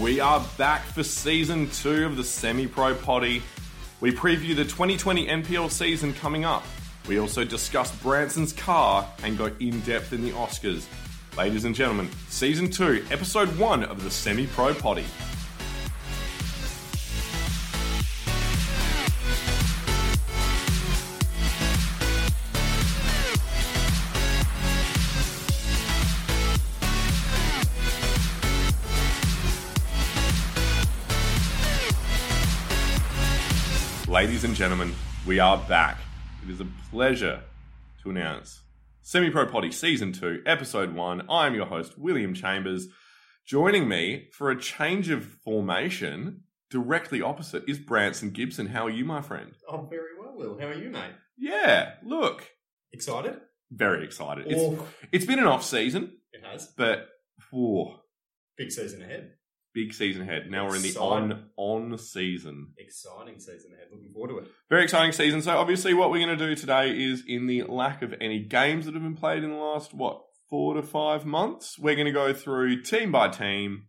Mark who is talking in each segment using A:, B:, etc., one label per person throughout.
A: We are back for season two of the Semi Pro Potty. We preview the 2020 NPL season coming up. We also discuss Branson's car and go in depth in the Oscars. Ladies and gentlemen, season two, episode one of the Semi Pro Potty. Ladies and gentlemen, we are back. It is a pleasure to announce Semi Pro Potty Season 2, Episode 1. I am your host, William Chambers. Joining me for a change of formation, directly opposite, is Branson Gibson. How are you, my friend?
B: I'm Oh, very well, Will. How are you, mate?
A: Yeah, look,
B: Excited?
A: very excited. It's,
B: Or
A: it's been an off season,
B: it has
A: but whew,
B: big season ahead.
A: big season ahead. Now we're in the
B: Exciting.
A: on on season.
B: Exciting season ahead. Looking forward to it.
A: Very exciting season. So obviously, what we're going to do today is, in the lack of any games that have been played in the last what four to five months, we're going to go through team by team,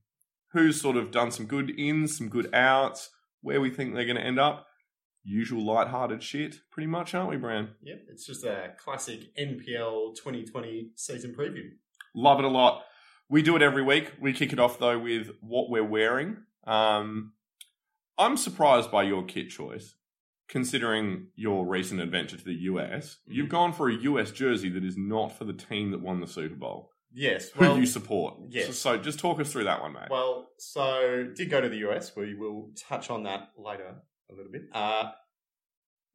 A: who's sort of done some good ins, some good outs, where we think they're going to end up. Usual light-hearted shit, pretty much, aren't we, Bran?
B: Yep, it's just a classic NPL 2020 season preview.
A: Love it a lot. We do it every week. We kick it off though with what we're wearing. Um, I'm surprised by your kit choice, considering your recent adventure to the US.
B: Mm-hmm.
A: You've gone for a US jersey that is not for the team that won the Super Bowl,
B: Yes,
A: who
B: well,
A: you support.
B: yes.
A: So, so just talk us through that one, mate.
B: well, so did go to the US. We will touch on that later a little bit. Uh,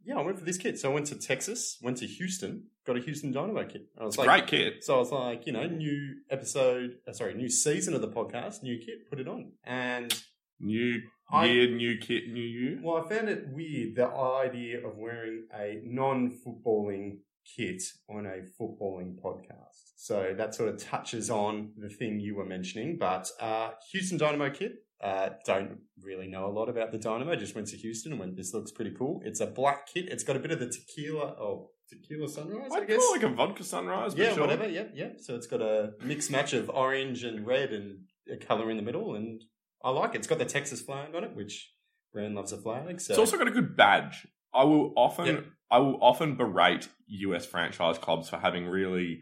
B: yeah, I went for this kit. So I went to Texas, went to Houston, got a Houston Dynamo kit. I was
A: it's
B: like,
A: great kit.
B: So I was like, you know, new episode, uh, sorry, new season of the podcast, new kit, put it on. And
A: New
B: I-
A: year, new kit, new you.
B: Well, I found it weird the idea of wearing a non footballing kit on a footballing podcast. So that sort of touches on the thing you were mentioning. But uh, Houston Dynamo kit, uh, don't really know a lot about the Dynamo. Just went to Houston and went, this looks pretty cool. It's a black kit. It's got a bit of the tequila, oh, tequila sunrise, I
A: I'd
B: guess.
A: call it like a vodka sunrise, but
B: yeah,
A: sure.
B: whatever. Yep, yep. So it's got a mixed match of orange and red and a color in the middle. And I like it. It's got the Texas flag on it, which. Brand loves a flag, so
A: It's also got a good badge. I will often
B: Yeah.
A: I will often berate US franchise clubs for having really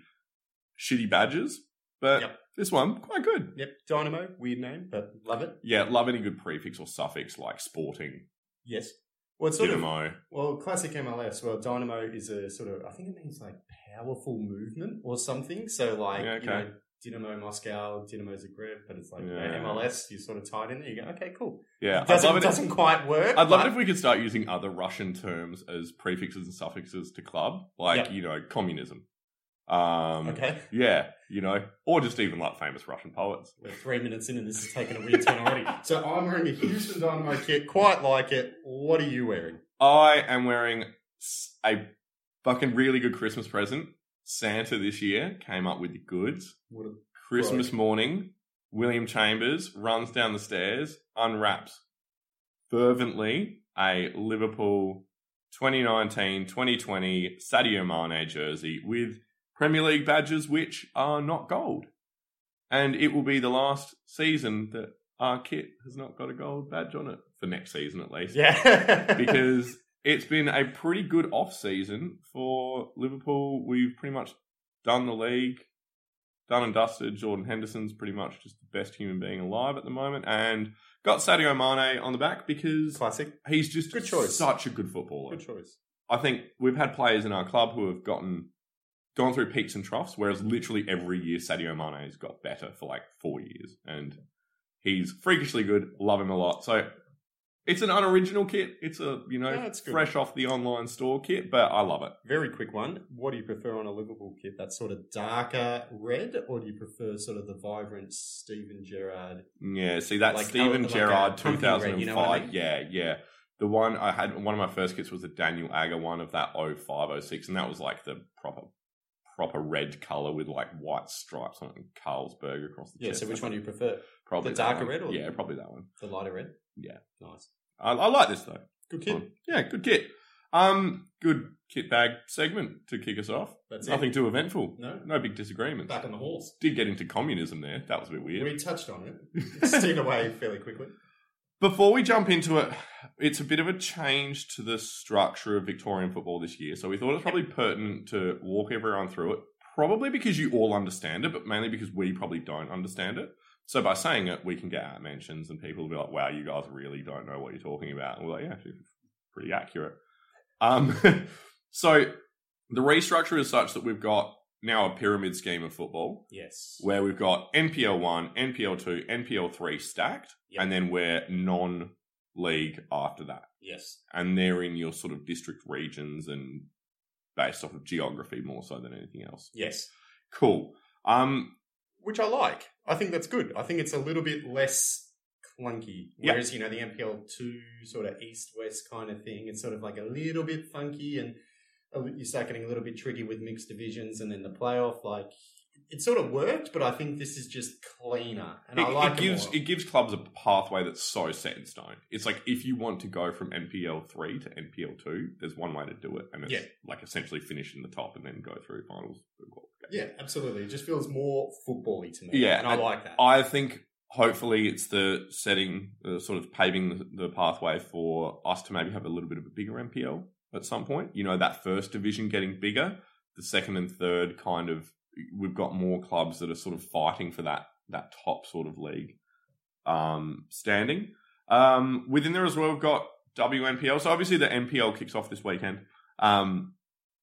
A: shitty badges, but
B: Yep.
A: this one quite good.
B: Yep, Dynamo, weird name, but love it.
A: Yeah, love any good prefix or suffix like sporting,
B: Yes. Well, it's sort of
A: dynamo.
B: well, classic MLS. Well, Dynamo is a sort of I think it means like powerful movement or something. So like
A: Yeah,
B: you
A: okay.
B: know, Dynamo Moscow, Dynamo Zagreb, but it's like you know,
A: Yeah.
B: MLS. You're sort of tied in there. You go, okay, cool.
A: Yeah, I'd
B: doesn't
A: love it.
B: doesn't quite work.
A: I'd love
B: but
A: it if we could start using other Russian terms as prefixes and suffixes to club, like
B: Yep.
A: you know communism. Um,
B: Okay,
A: Yeah, you know, or just even like famous Russian poets.
B: we're three minutes in and this is taking a weird turn already. So I'm wearing a Houston Dynamo kit. Quite like it. What are you wearing?
A: I am wearing s- a fucking really good Christmas present. Santa this year came up with the goods.
B: What a-
A: Christmas
B: Right.
A: morning, William Chambers runs down the stairs, unwraps fervently a Liverpool 2019 2020 Sadio Mane jersey with Premier League badges which are not gold. And it will be the last season that our kit has not got a gold badge on it, for next season at least
B: yeah,
A: because it's been a pretty good off season for Liverpool. We've pretty much done the league, done and dusted. Jordan Henderson's pretty much just the best human being alive at the moment, and got Sadio Mane on the back because
B: classic.
A: he's just
B: Good choice.
A: such a good footballer.
B: Good choice.
A: I think we've had players in our club who have gotten gone through peaks and troughs, whereas literally every year Sadio Mane has got better for like four years, and he's freakishly good. Love him a lot. So it's an unoriginal kit. It's a you know
B: Yeah, it's good.
A: fresh off the online store kit, but I love it.
B: Very quick one. What do you prefer on a Liverpool kit? That sort of darker red, or do you prefer sort of the vibrant Steven Gerrard?
A: Yeah, see that
B: Like,
A: Steven
B: like a
A: Gerrard, two
B: pumpkin
A: thousand
B: red,
A: and
B: you
A: five.
B: know what I mean?
A: Yeah, yeah. The one I had, one of my first kits was the Daniel Agger one of that 0506, and that was like the proper, proper red color with like white stripes on it and Carlsberg across the
B: Yeah.
A: chest.
B: So which one do you prefer?
A: Probably
B: the
A: that
B: darker
A: one.
B: red or the-
A: yeah, probably that one.
B: The lighter red.
A: Yeah.
B: Nice.
A: I, I like this though.
B: Good
A: Fun.
B: kit.
A: Yeah, good kit. Um, good kit bag segment to kick us off.
B: That's
A: Nothing
B: it.
A: too eventful.
B: No.
A: No big disagreements.
B: Back on the horse.
A: Did get into communism there. That was a bit weird.
B: We touched on it. Steered away fairly quickly.
A: Before we jump into it, it's a bit of a change to the structure of Victorian football this year. So we thought it's probably pertinent to walk everyone through it, probably because you all understand it, but mainly because we probably don't understand it. So by saying it, we can get our mentions and people will be like, wow, you guys really don't know what you're talking about. And we're like, yeah, actually, pretty accurate. Um, so the restructure is such that we've got now a pyramid scheme of football
B: Yes.
A: where we've got NPL one, NPL two, NPL three stacked,
B: Yep.
A: and then we're non league after that.
B: yes.
A: And they're in your sort of district regions and based off of geography more so than anything else.
B: Yes.
A: Cool. Um,
B: Which I like. I think that's good. I think it's a little bit less clunky.
A: Yeah.
B: Whereas, you know, the MPL two sort of east west kind of thing, it's sort of like a little bit funky and a li- you start getting a little bit tricky with mixed divisions and then the playoff, like it sort of worked, but I think this is just cleaner. And
A: it,
B: I like
A: it gives
B: more.
A: it gives clubs a pathway that's so set in stone. It's like if you want to go from NPL three to NPL two, there's one way to do it, and it's
B: Yeah.
A: like essentially finish in the top and then go through finals. through qualification.
B: Yeah, absolutely. It just feels more football-y to me.
A: Yeah,
B: And I
A: and
B: like that.
A: I think hopefully it's the setting, the sort of paving the, the pathway for us to maybe have a little bit of a bigger MPL at some point. You know, that first division getting bigger, the second and third kind of we've got more clubs that are sort of fighting for that that top sort of league um, standing. Um, within there as well, we've got WNPL. So obviously the NPL kicks off this weekend. Um,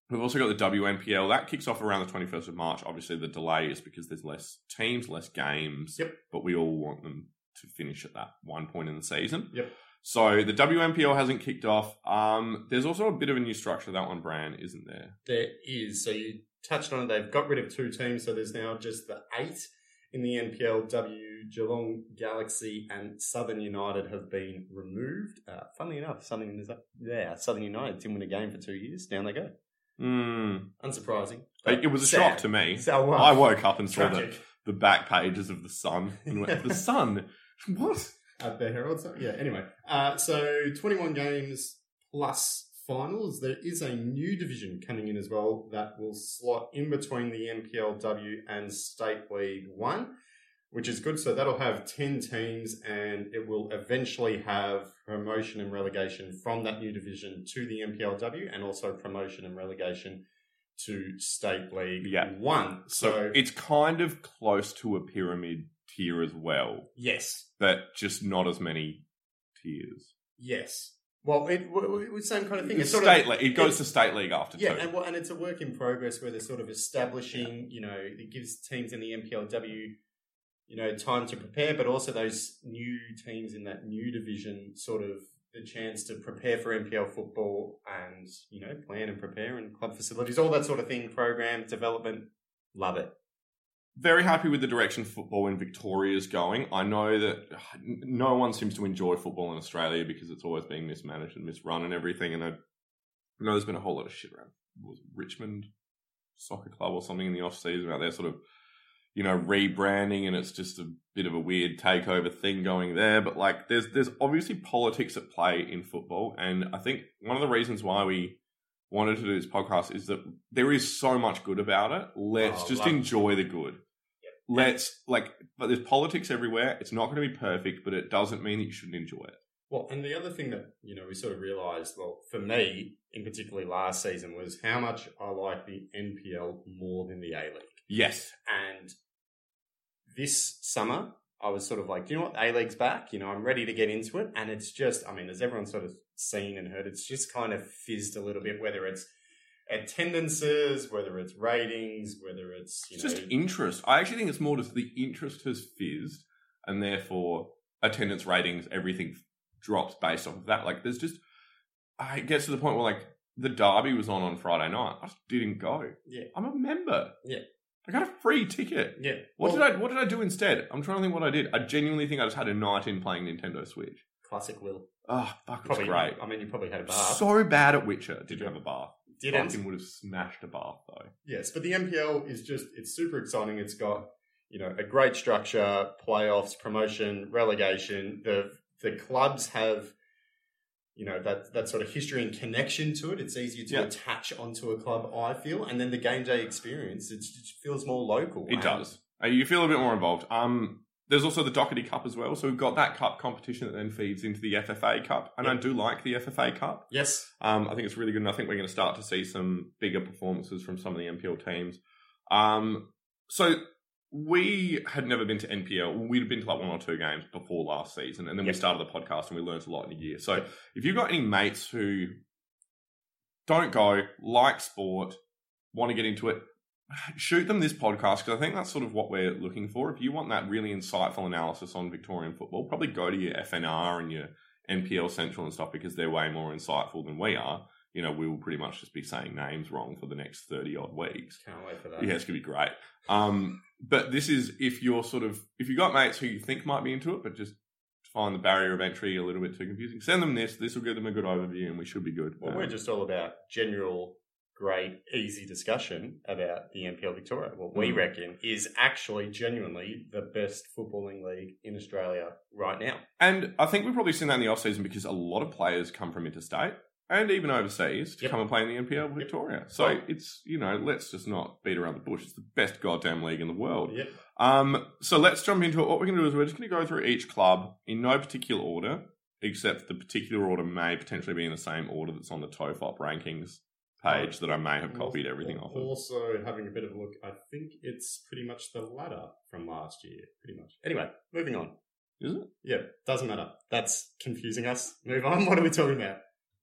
A: we've also got the WNPL that kicks off around the 21st of March. Obviously the delay is because there's less teams, less games,
B: Yep.
A: but we all want them to finish at that one point in the season.
B: Yep.
A: So the WNPL hasn't kicked off. Um, there's also a bit of a new structure. That one, Bran, isn't there?
B: There is. So you touched on it. They've got rid of two teams, so there's now just the eight in the NPLW. Geelong Galaxy and Southern United have been removed. Uh, funnily enough, Southern yeah, Southern United didn't win a game for two years. Down they go.
A: Mm.
B: Unsurprising.
A: It, it was a
B: Sad.
A: shock to me.
B: So, uh,
A: I woke up and saw that
B: tragic
A: the back pages of the Sun and went, the Sun. What?
B: at the Herald. So, yeah. Anyway, uh, so 21 games plus finals. There is a new division coming in as well that will slot in between the MPLW and State League One, which is good. So that'll have 10 teams, and it will eventually have promotion and relegation from that new division to the MPLW, and also promotion and relegation to State League
A: Yeah.
B: One.
A: So,
B: So,
A: it's kind of close to a pyramid tier as well,
B: yes,
A: but just not as many tiers.
B: yes. Well, it, it, it's the same kind of thing. It's sort of-
A: state league. It goes to state league after
B: Yeah,
A: two.
B: and, well, and it's a work in progress where they're sort of establishing, you know, it gives teams in the MPLW, you know, time to prepare, but also those new teams in that new division sort of the chance to prepare for MPL football and, you know, plan and prepare and club facilities, all that sort of thing, program development. Love it.
A: Very happy with the direction football in Victoria is going. I know that ugh, n- no one seems to enjoy football in Australia because it's always being mismanaged and misrun and everything. And I know there's been a whole lot of shit around. Was it Richmond Soccer Club or something in the off season about their sort of you know rebranding, and it's just a bit of a weird takeover thing going there. But like, there's there's obviously politics at play in football, and I think one of the reasons why we wanted to do this podcast is that there is so much good about it. Let's
B: Oh,
A: just
B: love it.
A: enjoy the good. Let's like, but there's politics everywhere. It's not going to be perfect, but it doesn't mean that you shouldn't enjoy it.
B: Well, and the other thing that, you know, we sort of realised, well, for me in particularly last season was how much I like the NPL more than the A League.
A: Yes,
B: And this summer, I was sort of like, you know what, A League's back. You know, I'm ready to get into it. And it's just, I mean, as everyone's sort of seen and heard, it's just kind of fizzed a little bit, whether it's attendances, whether it's ratings, whether it's, you
A: It's
B: know,
A: just interest. I actually think it's more just the interest has fizzed, and therefore attendance ratings, everything drops based off of that. Like, there's just, I it gets to the point where like the derby was on on Friday night. I just didn't go.
B: Yeah.
A: I'm a member.
B: Yeah.
A: I got a free ticket.
B: yeah.
A: What
B: Well,
A: did I What did I do instead? I'm trying to think what I did. I genuinely think I just had a night in playing Nintendo Switch.
B: Classic Will.
A: Oh, fuck, it's
B: Probably,
A: great.
B: I mean, you probably had a bath.
A: So bad at Witcher. Did you have a bath?
B: Didn't.
A: Fucking would have smashed a bath though.
B: Yes, but the MPL is just it's super exciting. It's got you know a great structure, playoffs, promotion, relegation. The the clubs have you know that that sort of history and connection to it. It's easier to
A: Yeah.
B: attach onto a club. I feel, and then the game day experience it's, it feels more local.
A: It
B: and-
A: does. Uh, you feel a bit more involved. Um, there's also the Doherty Cup as well. So we've got that cup competition that then feeds into the FFA Cup. And I
B: Yeah.
A: do like the FFA Cup.
B: Yes,
A: Um, I think it's really good. And I think we're going to start to see some bigger performances from some of the NPL teams. Um, so we had never been to NPL. We'd been to like one or two games before last season. And then
B: Yeah.
A: we started the podcast and we learned a lot in a year. So if you've got any mates who don't go, like sport, want to get into it, shoot them this podcast because I think that's sort of what we're looking for. If you want that really insightful analysis on Victorian football, probably go to your FNR and your NPL Central and stuff because they're way more insightful than we are. You know, we will pretty much just be saying names wrong for the next 30 odd weeks.
B: can't wait for that.
A: Yeah, it's going to be great. Um, but this is if you're sort of, if you've got mates who you think might be into it, but just find the barrier of entry a little bit too confusing, send them this. This will give them a good overview and we should be good.
B: Well,
A: Um,
B: we're just all about general, great, easy discussion about the NPL Victoria. What we
A: Mm.
B: reckon is actually genuinely the best footballing league in Australia right now.
A: And I think we've probably seen that in the off season because a lot of players come from interstate and even overseas to
B: Yep.
A: come and play in the NPL with
B: Yep.
A: Victoria. So
B: Well-
A: it's, you know, let's just not beat around the bush. It's the best goddamn league in the world.
B: Yep.
A: Um, so let's jump into it. What we're going to do is we're just going to go through each club in no particular order, except the particular order may potentially be in the same order that's on the TOEFOP rankings page that I may have copied everything off of.
B: Also, having a bit of a look, I think it's pretty much the ladder from last year, pretty much. Anyway, moving on.
A: Is it?
B: Yeah, doesn't matter. That's confusing us. Move on. What are we talking about?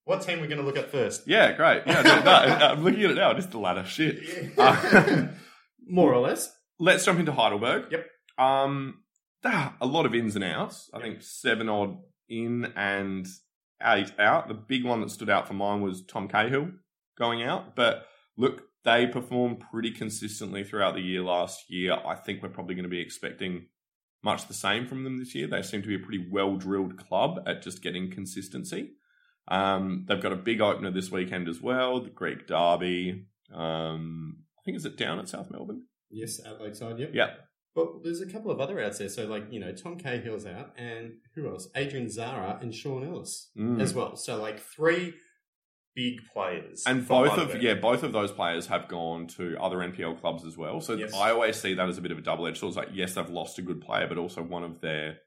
B: What team are we going to look at first?
A: Yeah, great. Yeah, no, no, I'm looking at it now. Just the ladder. Shit. Uh,
B: More or less.
A: Let's jump into Heidelberg.
B: Yep.
A: Um, ah, a lot of ins and outs. I think seven odd in and eight out. The big one that stood out for mine was Tom Cahill going out. But look, they performed pretty consistently throughout the year last year. I think we're probably going to be expecting much the same from them this year. They seem to be a pretty well drilled club at just getting consistency. Um, they've got a big opener this weekend as well, the Greek Derby. Um, I think is it down at South Melbourne.
B: Yes, at Lakeside, yep.
A: Yeah.
B: But there's a couple of other outs there. So, like, you know, Tom Cahill's out, and who else? Adrian Zara and Sean Ellis
A: Mm.
B: as well. So, like, three big players.
A: And
B: from
A: both of
B: Heidelberg.
A: yeah, both of those players have gone to other NPL clubs as well. So
B: Yes.
A: I always see that as a bit of a double edged sword. It's like yes, they've lost a good player, but also one of their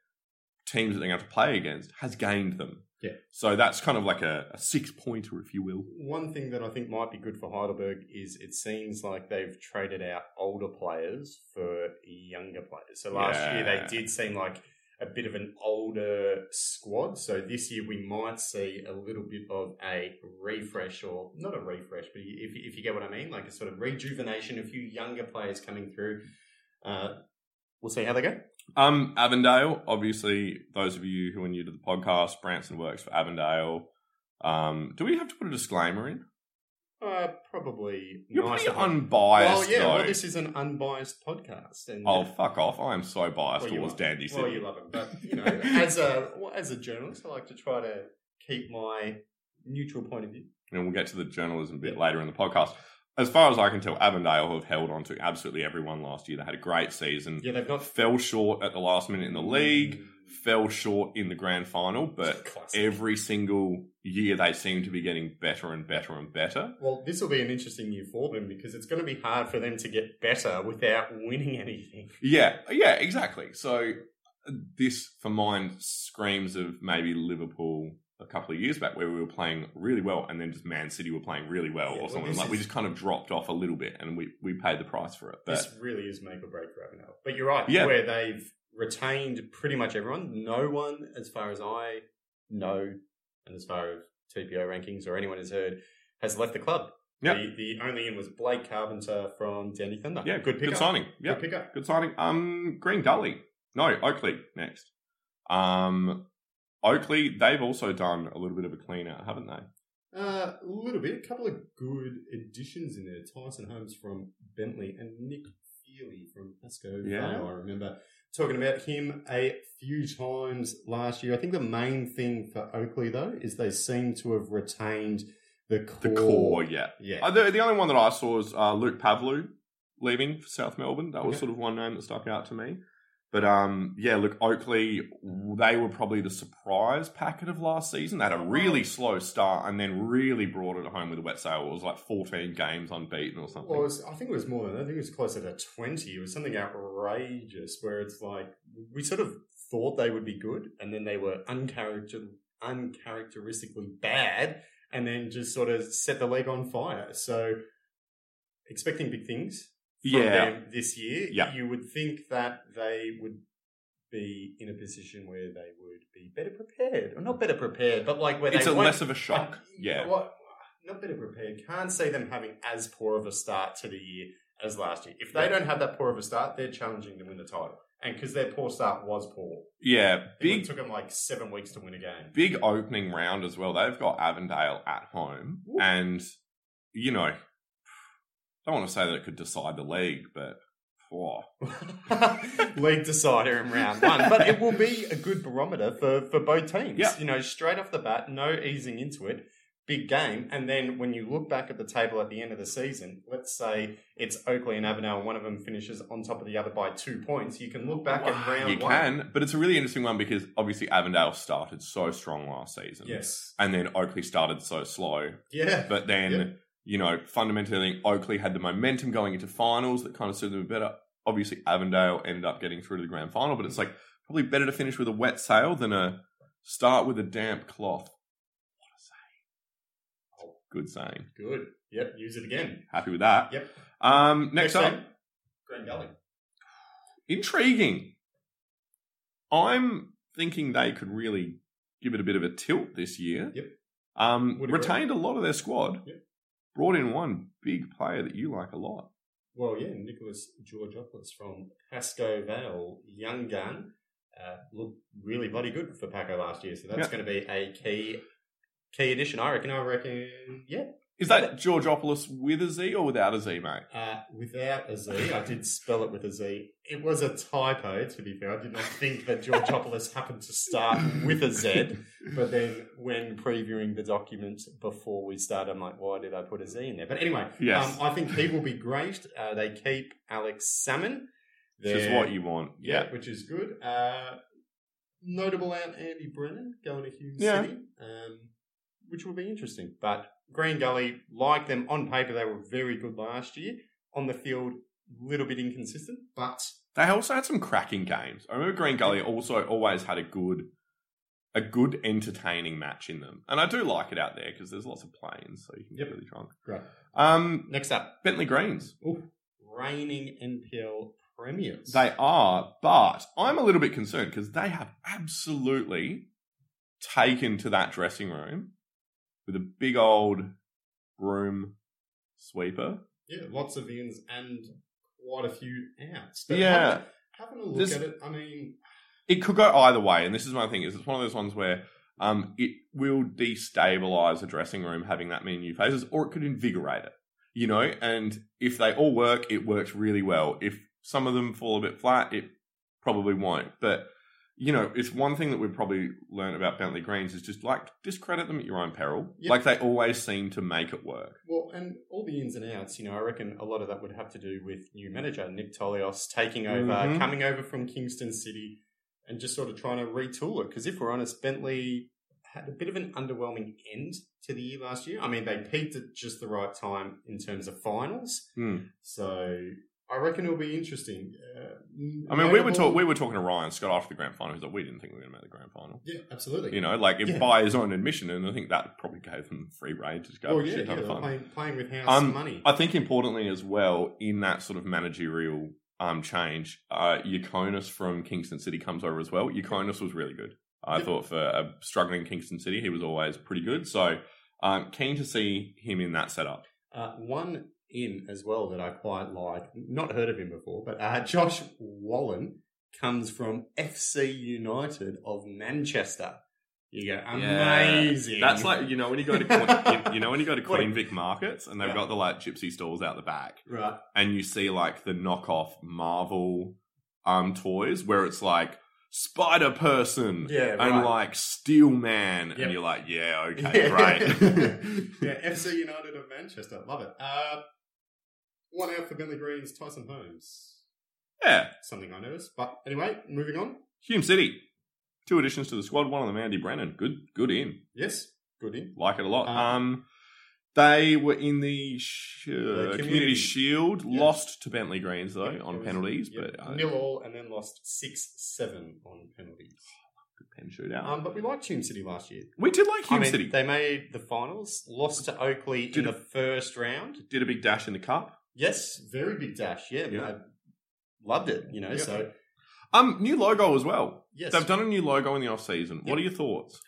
A: teams that they're going to play against has gained them.
B: Yeah.
A: So that's kind of like a, a six pointer, if you will.
B: One thing that I think might be good for Heidelberg is it seems like they've traded out older players for younger players. So last year
A: Yeah.
B: they did seem like a bit of an older squad. So this year we might see a little bit of a refresh, or not a refresh, but if, if you get what I mean, like a sort of rejuvenation, a few younger players coming through. Uh, we'll see how they go.
A: Um, Avondale, obviously, those of you who are new to the podcast, Branson works for Avondale. Um, do we have to put a disclaimer in?
B: Uh, probably
A: You're
B: nice
A: pretty
B: to have-
A: unbiased,
B: Well, yeah.
A: though.
B: Well, this is an unbiased podcast, and
A: Oh, fuck off! I am so biased
B: Well, you
A: towards
B: are.
A: Dandy City.
B: Well, you love him, but you know, as a well, as a journalist, I like to try to keep my neutral point of view.
A: and we'll get to the journalism bit later in the podcast. As far as I can tell, Avondale have held on to absolutely everyone last year. They had a great season.
B: Yeah, they've got Mm.
A: Fell short at the last minute in the league, fell short in the grand final, but
B: Classic.
A: every single year they seem to be getting better and better and better.
B: Well, this will be an interesting year for them because it's going to be hard for them to get better without winning anything.
A: Yeah, yeah, exactly. So uh, this, for mine, screams of maybe Liverpool a couple of years back where we were playing really well and then just Man City were playing really well
B: Yeah,
A: or
B: well,
A: something.
B: this
A: like we
B: is-
A: just kind of dropped off a little bit and we, we paid the price for it. But
B: This really is make or break for Avondale. But you're right,
A: Yeah.
B: where they've retained pretty much everyone. No one, as far as I know, and as far as TPO rankings or anyone has heard, has left the club.
A: Yeah.
B: The, the only in was Blake Carpenter from Danny Thunder.
A: yeah,
B: good
A: good
B: pickup.
A: signing. Yeah,
B: Good pickup.
A: Good signing. Um, Green Gully. No, Oakley next. Um, Oakley. They've also done a little bit of a clean out, haven't they?
B: Uh, a little bit. A couple of good additions in there. Tyson Holmes from Bentley and Nick Feely from Pasco.
A: Yeah.
B: Vale, I remember talking about him a few times last year. I think the main thing for Oakley, though, is they seem to have retained the
A: The
B: core.
A: core, yeah.
B: Yeah.
A: Uh, the, the only one that I saw was uh, Luke Pavlu leaving for South Melbourne. That was
B: Okay.
A: sort of one name that stuck out to me. But um, yeah, look, Oakley, they were probably the surprise packet of last season. They had a really slow start and then really brought it home with a wet sail. It was like 14 games unbeaten or something.
B: Well, it was, I think it was more than that. I think it was closer to 20. It was something outrageous where it's like we sort of thought they would be good and then they were uncharacter- uncharacteristically bad and then just sort of set the league on fire. So expecting big things from
A: yeah.
B: them this year,
A: Yeah.
B: you would think that they would be in a position where they would be better prepared. Or not better prepared, but like where
A: It's
B: they
A: a
B: won't
A: less of a shock.
B: uh, you know
A: Yeah.
B: what? Not better prepared. Can't see them having as poor of a start to the year as last year. If they
A: Yeah.
B: don't have that poor of a start, they're challenging to win the title. And because their poor start was poor,
A: Yeah.
B: I think
A: Big
B: it took them like seven weeks to win a game.
A: big opening round as well. They've got Avondale at home,
B: Ooh.
A: and you know, don't want to say that it could decide the league, but oh,
B: League decider in round one, but it will be a good barometer for for both teams.
A: Yeah.
B: You know, straight off the bat, no easing into it. Big game, and then when you look back at the table at the end of the season, let's say it's Oakley and Avondale, and one of them finishes on top of the other by two points. You can look back at round
A: you
B: one.
A: can. But it's a really interesting one because obviously Avondale started so strong last season,
B: Yes.
A: and then Oakley started so slow.
B: Yeah.
A: But then
B: Yeah.
A: you know, fundamentally, I think Oakley had the momentum going into finals that kind of suited them better. Obviously, Avondale ended up getting through to the grand final, but it's like probably better to finish with a wet sail than a start with a damp cloth. What a saying! It's a Good saying.
B: Good. Yep. Use it again.
A: Happy with that.
B: Yep.
A: Um, next, up,
B: team, Green Gully.
A: intriguing. I'm thinking they could really give it a bit of a tilt this year.
B: Yep.
A: Um,
B: Would agree.
A: retained a lot of their squad.
B: Yep.
A: Brought in one big player that you like a lot.
B: Well, yeah, Nicholas Georgopoulos from Pasco Vale, young gun, uh, looked really bloody good for Paco last year. So that's
A: Yeah.
B: going to be a key key addition, I reckon. I reckon, yeah.
A: Is that Georgopoulos with a Z or without a Z, mate?
B: Uh, without a Z, I did spell it with a Z. It was a typo, to be fair. I did not think that Georgopoulos happened to start Uh, with a Z. But then when previewing the document before we started, I'm like, why did I put a Z in there? But anyway,
A: Yes.
B: um, I think he will be great. Uh, they keep Alex Salmon.
A: Which is
B: They're-
A: what you want.
B: yeah,
A: Yeah.
B: which is good. Uh, notable out Andy Brennan going to Hughes
A: Yeah.
B: City, um, which will be interesting. But Green Gully, like them on paper, they were very good last year. On the field, a little bit inconsistent, but
A: They also had some cracking games. I remember Green Gully also always had a good, a good entertaining match in them, and I do like it out there because there's lots of planes, so you can
B: Yep.
A: get really drunk.
B: Great.
A: Um,
B: next up,
A: Bentley Greens.
B: reigning NPL premiers.
A: They are, but I'm a little bit concerned because they have absolutely taken to that dressing room with a big old broom sweeper.
B: yeah, lots of ins and quite a few outs. But
A: Yeah.
B: having, having a look
A: This-
B: at it, I mean,
A: It could go either way, and this is my thing: is it's one of those ones where um, it will destabilize a dressing room having that many new faces, or it could invigorate it. You know, and if they all work, it works really well. If some of them fall a bit flat, it probably won't. But you know, it's one thing that we've probably learned about Bentley Greens is just like discredit them at your own peril.
B: Yeah.
A: Like they always seem to make it work.
B: Well, and all the ins and outs, you know, I reckon a lot of that would have to do with new manager Nick Tolios taking over,
A: Mhm.
B: coming over from Kingston City, and just sort of trying to retool it. Because if we're honest, Bentley had a bit of an underwhelming end to the year last year. I mean, they peaked at just the right time in terms of finals.
A: Hmm.
B: So I reckon it'll be interesting. Uh,
A: I mean, we were
B: notable-
A: talk- we were talking to Ryan Scott after the grand final. He's like, we didn't think we were going to make the grand final.
B: yeah, absolutely.
A: You know, like if
B: Yeah.
A: by his own admission, and I think that probably gave them free reign to just go
B: well,
A: have a
B: yeah,
A: shit
B: yeah
A: ton of
B: they're
A: fun.
B: playing, playing with house
A: Um,
B: money.
A: I think importantly as well in that sort of managerial um, change, uh, Yakonis from Kingston City comes over as well. Yakonis was really good. I
B: Yep.
A: thought for a struggling Kingston City, he was always pretty good. So um, keen to see him in that setup.
B: Uh, one in as well that I quite like, not heard of him before, but uh, Josh Wallen comes from FC United of Manchester. You go, amazing.
A: That's like you know when you go to Queen, you, you know when you go to
B: What-
A: Queen Vic markets and they've
B: Yeah.
A: got the like gypsy stalls out the back.
B: right.
A: and you see like the knockoff Marvel um toys where it's like Spider Person
B: Yeah,
A: and
B: right.
A: like Steel Man,
B: Yep.
A: and you're like, yeah, okay,
B: Yeah.
A: right.
B: yeah, FC United of Manchester. Love it. Uh, one out for Bentley Greens, Tyson Holmes.
A: Yeah,
B: Something I noticed. But anyway, moving on.
A: Hume City. Two additions to the squad. One of them, Andy Brennan. Good, good in.
B: Yes, good in.
A: Like it a lot.
B: Um,
A: Um, they were in the sh- uh,
B: The
A: community.
B: Community.
A: Shield.
B: Yeah.
A: Lost to Bentley Greens though
B: Yeah, it
A: on
B: was-
A: penalties,
B: yeah,
A: but uh,
B: nil all, and then lost six seven on penalties.
A: good pen shootout.
B: Um, but we liked Hume City last year.
A: we did like
B: I
A: Hume
B: mean,
A: City.
B: they made the finals, lost to Oakley
A: Did
B: in
A: it-
B: the first round.
A: did a big dash in the cup.
B: Yes, very big dash. Yeah,
A: Yeah.
B: I loved it. You know,
A: Yeah.
B: so
A: Um, new logo as well.
B: yes.
A: They've done a new logo in the off season. What
B: Yep.
A: are your thoughts?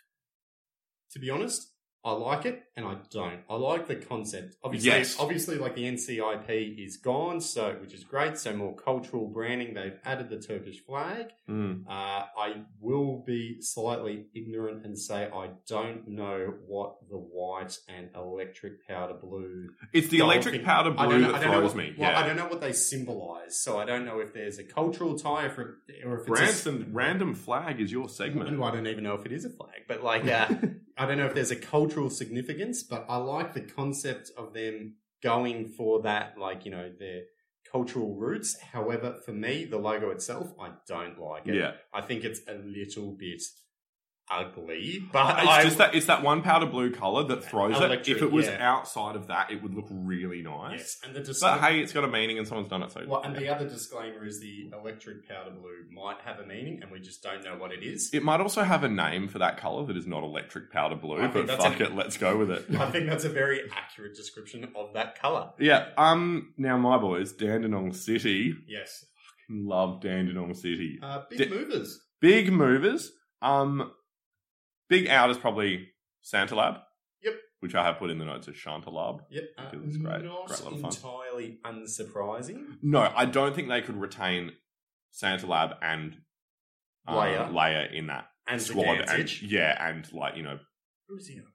B: to be honest, I like it and I don't. I like the concept. Obviously,
A: Yes.
B: obviously, like the NCIP is gone, so which is great. So more cultural branding. They've added the Turkish flag.
A: Mm.
B: Uh, I will be slightly ignorant and say I don't know what the white and electric powder blue.
A: It's the
B: Gold
A: electric
B: thing.
A: powder
B: I
A: blue
B: don't know. I
A: that
B: don't know
A: throws
B: what,
A: me.
B: Well, I
A: yeah,
B: don't know what they symbolise, so I don't know if there's a cultural tie or if, it- or if it's a s-
A: random random flag is your segment.
B: well, I don't even know if it is a flag, but like, uh, I don't know if there's a cultural significance, but I like the concept of them going for that, like, you know, their cultural roots. However, for me, the logo itself, I don't like it.
A: Yeah,
B: I think it's a little bit ugly, but
A: it's
B: I,
A: just that it's that one powder blue color that throws
B: Electric,
A: it. If it was
B: yeah.
A: outside of that, it would look really nice.
B: yes, and the
A: But
B: disclaimer,
A: hey, it's got a meaning and someone's done it. So
B: well, and the other disclaimer is the electric powder blue might have a meaning, and we just don't know what it is.
A: it might also have a name for that color that is not electric powder blue.
B: I
A: But
B: think that's
A: fuck
B: a-
A: it, let's go with it.
B: I think that's a very accurate description of that color.
A: yeah. Um. Now my boys, Dandenong City.
B: Yes,
A: Love Dandenong City.
B: uh,
A: Di-
B: big movers.
A: Big movers. Um. Big out is probably Santa Lab.
B: Yep.
A: Which I have put in the notes as Shanta Lab.
B: Yep, uh,
A: Because it's great.
B: not
A: Great lot of fun.
B: entirely unsurprising.
A: No, I don't think they could retain Santa Lab and um,
B: Layer.
A: Layer in that
B: And
A: squad. And,
B: Zigantic.
A: yeah, and like you know,
B: Who's the other man?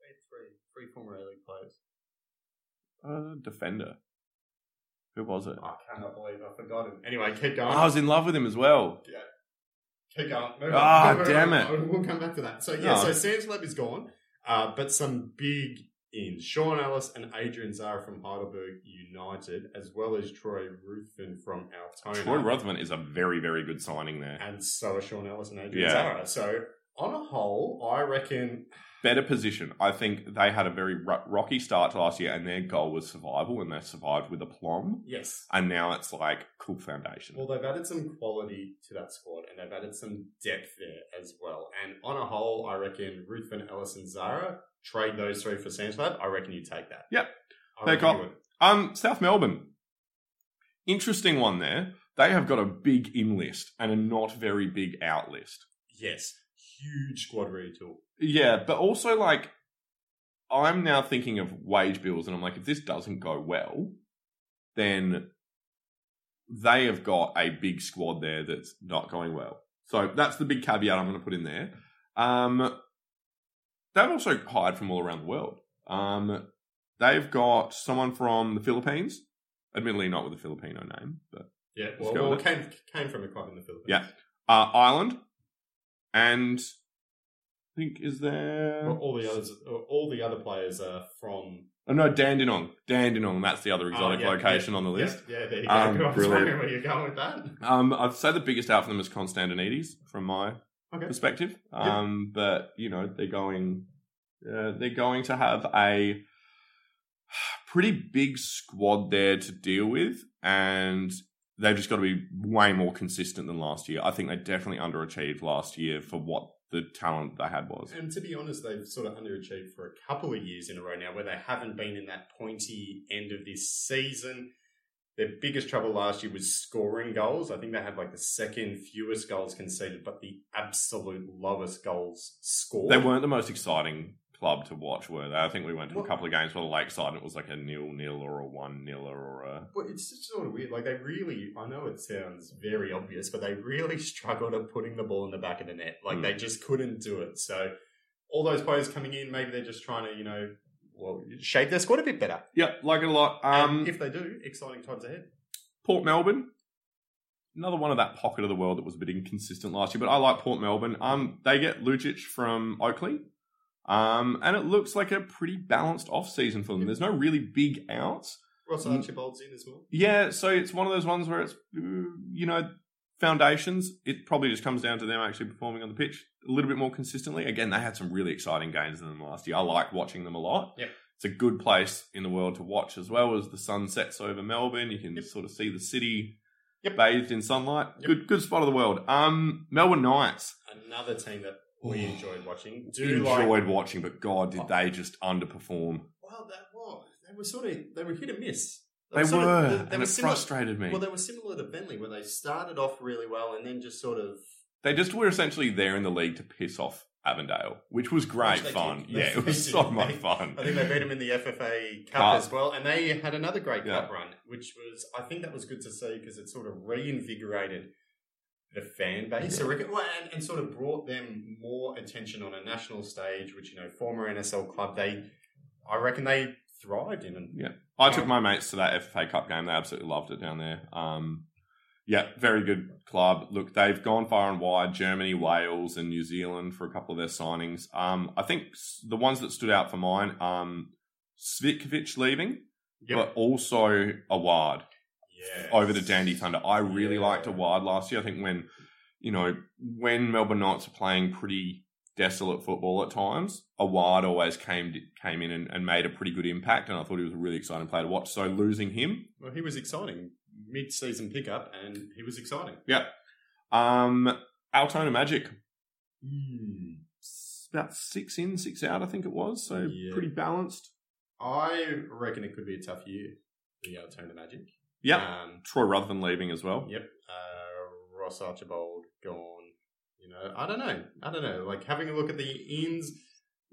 B: Played three, three former A-League players.
A: uh, defender. Who was it?
B: I cannot believe I forgot him. Anyway, keep going.
A: I was in love with him as well.
B: Keep going. Move
A: Ah,
B: on. Move on.
A: damn it.
B: We'll- We'll come back to that. So yeah,
A: No.
B: so Sam's lab is gone, uh, but some big in Sean Ellis and Adrian Zara from Heidelberg United, as well as Troy Ruthven from Altona.
A: Troy Rothman is a very, very good signing there.
B: and so are Sean Ellis and Adrian
A: Yeah.
B: Zara. So on a whole, I reckon
A: Better position. I think they had a very ro- rocky start to last year, and their goal was survival, and they survived with aplomb.
B: yes,
A: And now it's like cool foundation.
B: Well, they've added some quality to that squad, and they've added some depth there as well. And on a whole, I reckon Ruthven, Ellis, and Zara trade those three for Sanslab. I reckon you take that.
A: Yep.
B: I
A: They
B: reckon you
A: got-
B: would.
A: Um, South Melbourne. Interesting one there. They have got a big in list and a not very big out list.
B: yes, huge squad retool.
A: Yeah, but also like I'm now thinking of wage bills and I'm like, if this doesn't go well, then they have got a big squad there that's not going well. So that's the big caveat I'm gonna put in there. Um they've also hired from all around the world. Um they've got someone from the Philippines. Admittedly not with a Filipino name, but
B: Yeah,
A: Let's
B: well,
A: go
B: well
A: with
B: it came came from a club in the Philippines.
A: Yeah. uh Ireland and I think is there
B: Well, all the others, all the other players are from.
A: Oh no, Dandenong. Dandenong, that's the other exotic
B: Oh, yeah,
A: location on the list.
B: Yeah, yeah, there you go.
A: Um,
B: I was
A: brilliant.
B: wondering where you're going with that.
A: Um, I'd say the biggest out for them is Constantinides, from my
B: Okay.
A: perspective. Um, but you know they're going, uh, they're going to have a pretty big squad there to deal with, and they've just got to be way more consistent than last year. I think they definitely underachieved last year for what the talent they had was.
B: And to be honest, they've sort of underachieved for a couple of years in a row now, where they haven't been in that pointy end of this season. Their biggest trouble last year was scoring goals. I think they had like the second fewest goals conceded, but the absolute lowest goals scored.
A: They weren't the most exciting club to watch, were they? I think we went to a
B: Well-
A: couple of games for the Lakeside, and it was like a nil nil or a one nil or a.
B: But it's just sort of weird. Like they really, I know it sounds very obvious, but they really struggled at putting the ball in the back of the net. Like
A: Hmm.
B: they just couldn't do it. So all those players coming in, maybe they're just trying to, you know, well, shape their squad a bit better.
A: Yeah, like it a lot. Um,
B: Um, if they do, exciting times ahead.
A: Port Melbourne. Another one of that pocket of the world that was a bit inconsistent last year, but I like Port Melbourne. Um, they get Lucic from Oakley, um, and it looks like a pretty balanced off season for them. There's no really big outs.
B: Ross
A: Mm.
B: Archibald's in as well.
A: Yeah, so it's one of those ones where it's mm, you know foundations. It probably just comes down to them actually performing on the pitch a little bit more consistently. Again, they had some really exciting games in them last year. I like watching them a lot.
B: Yep.
A: It's a good place in the world to watch as well as the sun sets over Melbourne. You can
B: Yep.
A: sort of see the city
B: Yep.
A: bathed in sunlight.
B: Yep.
A: Good good spot of the world. Um Melbourne Knights.
B: Another team that we
A: Oh.
B: enjoyed watching. Do you like Oh.
A: Enjoyed watching, but God did they just underperform.
B: well, that well, they were sort of they were hit and miss.
A: They
B: sort
A: were,
B: of- they- they,
A: and
B: were
A: it
B: similar.
A: frustrated me.
B: Well, they were similar to Bentley, where they started off really well and then just sort of
A: they just were essentially there in the league to piss off Avondale, which was great
B: Which they
A: fun.
B: did.
A: Yeah,
B: They
A: it was
B: did.
A: so much
B: They-
A: fun.
B: I think they beat them in the FFA Cup
A: Cup.
B: as well, and they had another great
A: Yeah.
B: cup run, which was I think that was good to see because it sort of reinvigorated the fan base, I reckon, well, and, and sort of brought them more attention on a national stage. Which you know, former NSL club, they I reckon they thrived in. And
A: I took my mates to that FFA Cup game. They absolutely loved it down there. Um, yeah, very good club. Look, they've gone far and wide. Germany, Wales, and New Zealand for a couple of their signings. Um, I think s- the ones that stood out for mine, um, Svitkovic leaving,
B: Yep.
A: but also Awad.
B: yeah,
A: over the Dandy Thunder. I really
B: Yeah.
A: liked a wide last year. I think when you know when Melbourne Knights are playing pretty desolate football at times, a wide always came came in and, and made a pretty good impact. And I thought he was a really exciting player to watch. So losing him,
B: Well, he was exciting mid-season pickup, and he was exciting.
A: um, Altona Magic Hmm. s- about six in, six out. I think it was so
B: Yeah.
A: pretty balanced.
B: I reckon it could be a tough year. The Altona Magic.
A: Yeah,
B: Um,
A: Troy Ruthven leaving as well.
B: Yep. Uh, Ross Archibald gone. You know, I don't know. I don't know. Like having a look at the ins.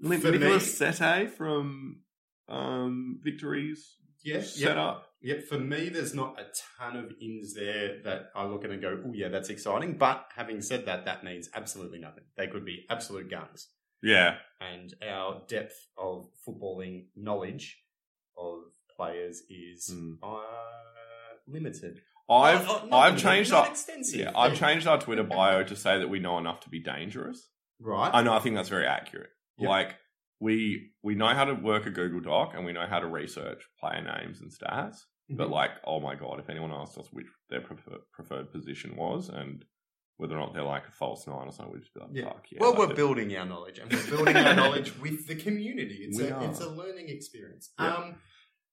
A: Ni-
B: For me-
A: Nicholas Sete from um, Victories
B: Yep.
A: set
B: Yep.
A: up.
B: Yep. For me, there's not a ton of ins there that I look at and go, oh yeah, that's exciting. But having said that, that means absolutely nothing. They could be absolute guns.
A: Yeah,
B: And our depth of footballing knowledge of players is
A: Mm.
B: uh, limited.
A: I've
B: Not- not
A: I've
B: limited,
A: changed
B: not
A: up.
B: extensive.
A: Yeah, I've changed our Twitter bio to say that we know enough to be dangerous.
B: Right.
A: I know. I think that's very accurate.
B: Yeah.
A: Like we we know how to work a Google Doc and we know how to research player names and stats. But
B: Mhm.
A: like, oh my god, if anyone asked us which their prefer, preferred position was and whether or not they're like a false nine or something, we'd just be like,
B: Yeah.
A: fuck yeah.
B: well,
A: that's
B: we're
A: it.
B: building our knowledge, and we're building our knowledge with the community. It's,
A: We
B: a,
A: are.
B: it's a learning experience.
A: Yeah.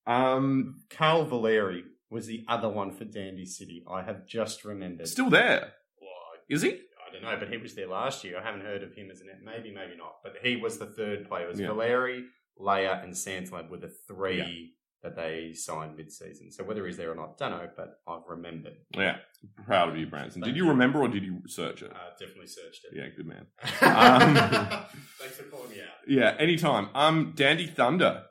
B: Um,
A: um
B: Carl Valeri was the other one for Dandy City. I have just remembered.
A: still there
B: Well,
A: is he?
B: I, I don't know, but he was there last year. I haven't heard of him as an maybe, maybe not. But he was the third player. It was
A: Yeah.
B: Valeri, Leia, and Santalab were the three that they signed mid-season. So whether he's there or not, don't know. But I've remembered.
A: Yeah, proud of you, Branson.
B: Thank
A: Did you
B: you.
A: remember or did you search it?
B: Uh, definitely searched it.
A: yeah, good man. Um,
B: Thanks for calling me out.
A: Yeah, anytime. Um, Dandy Thunder.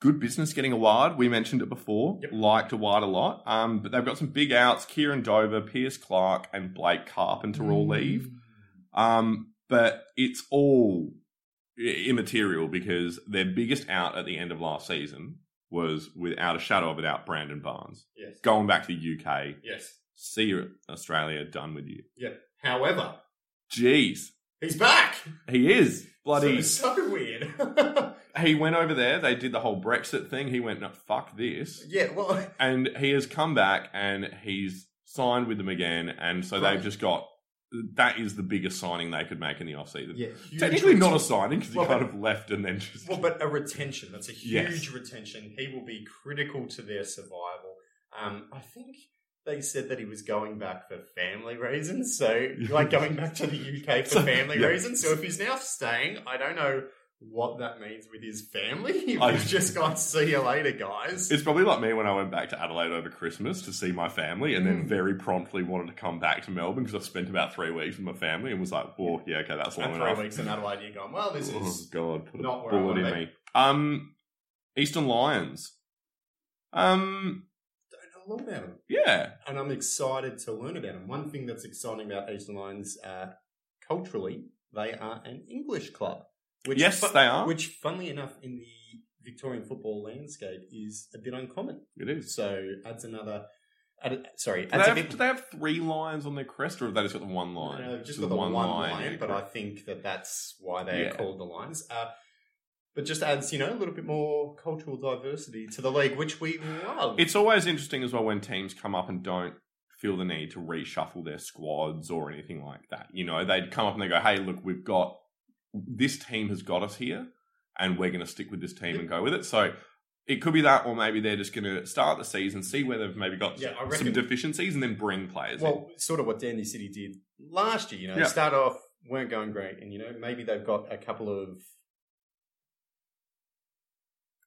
A: Good business getting a wide. We mentioned it before.
B: Yep.
A: Liked a wide a lot. Um, but they've got some big outs. Kieran Dover, Pierce Clark, and Blake Carpenter all
B: Mm.
A: leave. Um, but it's all i- immaterial because their biggest out at the end of last season was, without a shadow of a doubt, Brandon Barnes.
B: Yes.
A: Going back to the UK.
B: Yes.
A: See you, Australia. Done with you.
B: However,
A: Jeez.
B: he's back.
A: He is. Bloody.
B: so, so weird. yeah,
A: he went over there. They did the whole Brexit thing. He went, no, fuck this.
B: well,
A: And he has come back and he's signed with them again. And so
B: Right.
A: they've just got that is the biggest signing they could make in the offseason.
B: yeah,
A: Technically, not a signing because he
B: Well,
A: kind
B: but-
A: of left and then just.
B: well, but a retention. That's a huge
A: Yes.
B: retention. He will be critical to their survival. Um, I think they said that he was going back for family reasons. So, like going back to the UK for
A: So,
B: family
A: yeah.
B: reasons. So, if he's now staying, I don't know what that means with his family. If
A: I-
B: he's just gone, see you later, guys.
A: it's probably like me when I went back to Adelaide over Christmas to see my family and then
B: Mm.
A: very promptly wanted to come back to Melbourne because I spent about three weeks with my family and was like, whoa, yeah, okay, that's long
B: and three
A: enough.
B: weeks in Adelaide, you're going, well, this
A: Oh
B: is
A: God, put
B: not
A: a
B: where I
A: bullet in
B: wanna
A: me. Um, Eastern Lions. Um,
B: don't know a lot about him.
A: yeah,
B: and I'm excited to learn about them. One thing that's exciting about Eastern Lions uh, culturally, they are an English club. Which
A: yes,
B: fu-
A: they are.
B: Which, funnily enough, in the Victorian football landscape, is a bit uncommon.
A: it is.
B: So adds another. Add, sorry,
A: Do they,
B: adds a
A: have,
B: bit.
A: do they have three lions on their crest, or have they just got the one lion?
B: No, just
A: The
B: got the one, line,
A: yeah,
B: but I
A: correct.
B: think that that's why they are
A: Yeah.
B: called the lines. Uh, but just adds, you know, a little bit more cultural diversity to the league, which we love.
A: It's always interesting as well when teams come up and don't feel the need to reshuffle their squads or anything like that. You know, they'd come up and they go, "Hey, look, we've got this team has got us here, and we're going to stick with this team and go with it." So it could be that, or maybe they're just going to start the season, see where they've maybe got
B: Yeah, I
A: some
B: reckon-
A: deficiencies, and then bring players in.
B: well, sort of what Dandy City did last year. You know,
A: Yeah.
B: start off weren't going great, and you know maybe they've got a couple of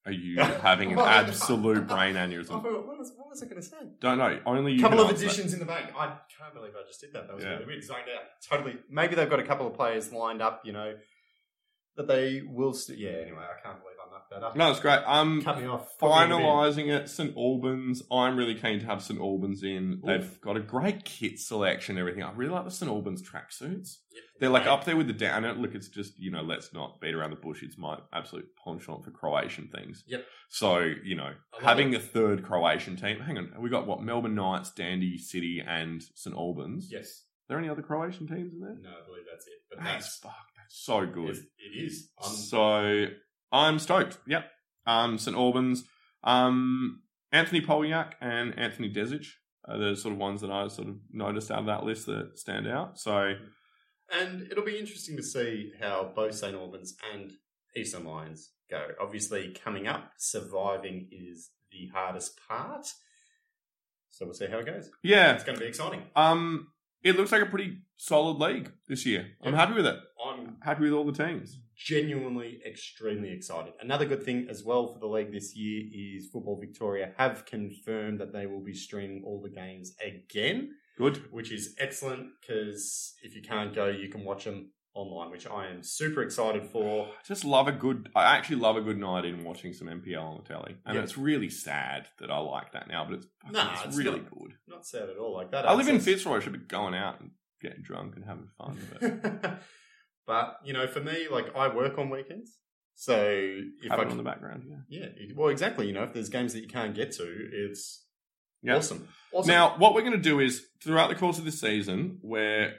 A: Are you having an absolute brain
B: Oh,
A: aneurysm?
B: what was, what was I going to say?
A: Don't know. Only you.
B: A couple
A: can
B: of
A: answer that.
B: additions in the bank. I can't believe I just did that. That was
A: Yeah.
B: really weird. Zoned out. Totally. Maybe they've got a couple of players lined up. You know that they will. St- yeah. Anyway, I can't believe I mucked that up.
A: No, it's great. Um,
B: Cut me off. Put me in bed.
A: finalizing it, St Albans. I'm really keen to have St Albans in. They've got a great kit selection, and everything. I really like the St Albans tracksuits. They're like up there with the down. and Look, it's just you know, let's not beat around the bush. It's my absolute penchant for Croatian things.
B: Yep.
A: So you know,
B: love
A: having a third Croatian team. Hang on, we got what Melbourne Knights, Dandy City, and St Albans.
B: Yes.
A: Are there any other Croatian teams in there?
B: No, I believe that's it. But
A: That's
B: that's,
A: fuck. That's so good.
B: it- it is. I'm,
A: So I'm stoked. Yep. Um, St Albans. Um, Anthony Polyak and Anthony Desic are the sort of ones that I sort of noticed out of that list that stand out. So
B: and it'll be interesting to see how both St Albans and Eastern Lions go. Obviously, coming up, surviving is the hardest part. So we'll see how it goes.
A: yeah,
B: It's going to be exciting.
A: um, it looks like a pretty solid league this year. I'm
B: Yeah.
A: happy with it.
B: I'm
A: Happy with all the teams.
B: genuinely extremely excited. Another good thing as well for the league this year is Football Victoria have confirmed that they will be streaming all the games again.
A: Good.
B: which is excellent because if you can't go, you can watch them online, which I am super excited for.
A: I just love a good. I actually love a good night in watching some NPL on the telly, and
B: Yeah.
A: it's really sad that I like that now. But it's fucking-
B: Nah,
A: it's,
B: it's
A: really
B: not-
A: good.
B: Not sad at all like that.
A: I live in
B: Access-
A: Fitzroy. I should be going out and getting drunk and having fun. But
B: but you know, for me, like I work on weekends, so if
A: have
B: I
A: it on
B: can,
A: the background. Yeah.
B: yeah, it- well, exactly. You know, if there's games that you can't get to, it's
A: Yeah.
B: awesome. awesome.
A: Now, what we're going to do is throughout the course of this season, we're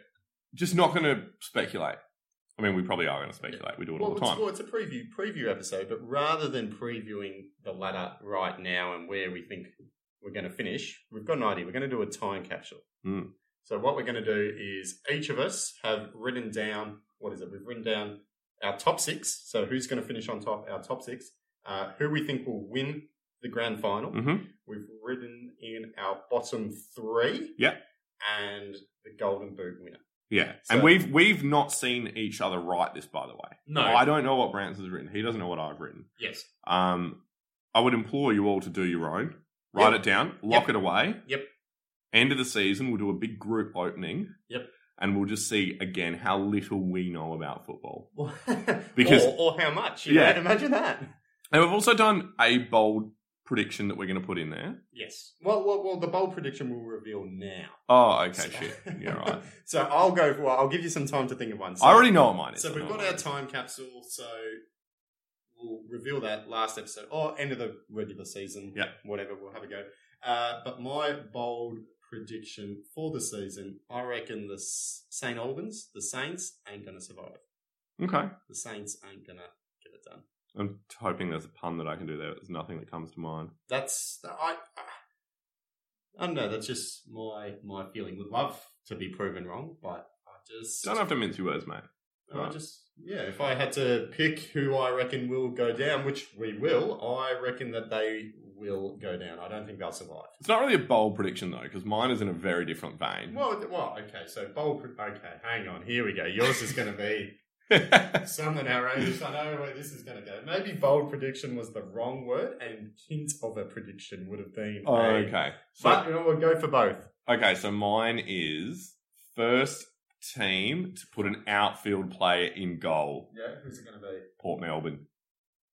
A: just not going to speculate. I mean, we probably are going to speculate. We do it
B: well,
A: all the
B: it's,
A: time.
B: well, it's a preview preview episode, but rather than previewing the ladder right now and where we think we're going to finish, we've got an idea. We're going to do a time capsule.
A: Hmm.
B: So what we're going to do is each of us have written down what is it? We've written down our top six. So who's going to finish on top? Our top six. Uh, who we think will win the grand final.
A: Mhm.
B: We've written in our bottom three.
A: Yeah.
B: And the golden boot winner.
A: Yeah,
B: So-
A: and we've we've not seen each other write this, by the way.
B: No.
A: I don't know what Branson's written. He doesn't know what I've written.
B: Yes.
A: Um, I would implore you all to do your own. Write
B: Yep.
A: it down. Lock
B: Yep.
A: it away.
B: Yep.
A: End of the season, we'll do a big group opening.
B: Yep.
A: And we'll just see again how little we know about football. Because-
B: because or, or how much? You
A: Yeah.
B: know? imagine that.
A: And we've also done a bold prediction that we're going to put in there.
B: Yes. Well, well, well. The bold prediction will reveal now.
A: Oh, okay, shit. Yeah, right.
B: so I'll go for. I'll give you some time to think of one. So,
A: I already know what mine is.
B: So
A: I
B: we've
A: know
B: got
A: what
B: our
A: mine is.
B: time capsule. So we'll reveal that last episode or end of the regular season.
A: Yeah.
B: Whatever. We'll have a go. Uh, but my bold prediction for the season, I reckon the S- St. Albans, the Saints, ain't gonna survive.
A: Okay.
B: The Saints ain't gonna get it done.
A: I'm just hoping there's a pun that I can do there. but There's nothing that comes to mind.
B: that's I. I don't know. That's just my my feeling. Would love to be proven wrong, but I just
A: Don't have to mince your words, mate.
B: I just yeah. If I had to pick who I reckon will go down, which we will, I reckon that they will go down. I don't think they'll survive.
A: It's not really a bold prediction, though, because mine is in a very different vein.
B: Well, th- well, okay. So bold. pre- Okay, hang on. Here we go. Yours is going to be something outrageous. I know where this is going to go. Maybe bold prediction was the wrong word, and hint of a prediction would have been.
A: Oh,
B: a-
A: okay. So,
B: But you know, we'll go for both.
A: okay, so mine is first team to put an outfield player in goal,
B: Yeah, who's it going to be?
A: Port Melbourne.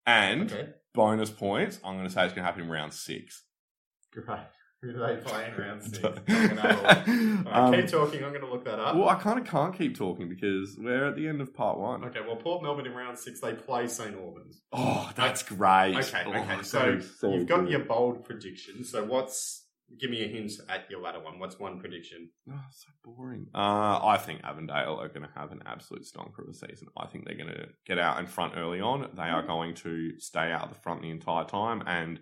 A: And
B: Okay.
A: bonus points, I'm going to say it's going to happen in round six.
B: Great. Who do they play in round six? Fucking hell. Alright,
A: Um,
B: keep talking. I'm going to look that up.
A: Well, I kind of can't keep talking because we're at the end of part one.
B: Okay, well, Port Melbourne in round six, they play St Albans.
A: Oh, that's great.
B: Okay,
A: Oh,
B: okay,
A: it's
B: so
A: gonna be
B: You've got
A: good.
B: your bold prediction. So what's Give me a hint at your latter one. What's one prediction?
A: Oh, so boring. Uh, I think Avondale are going to have an absolute stonker of a season. I think they're going to get out in front early on. They are going to stay out the front the entire time. And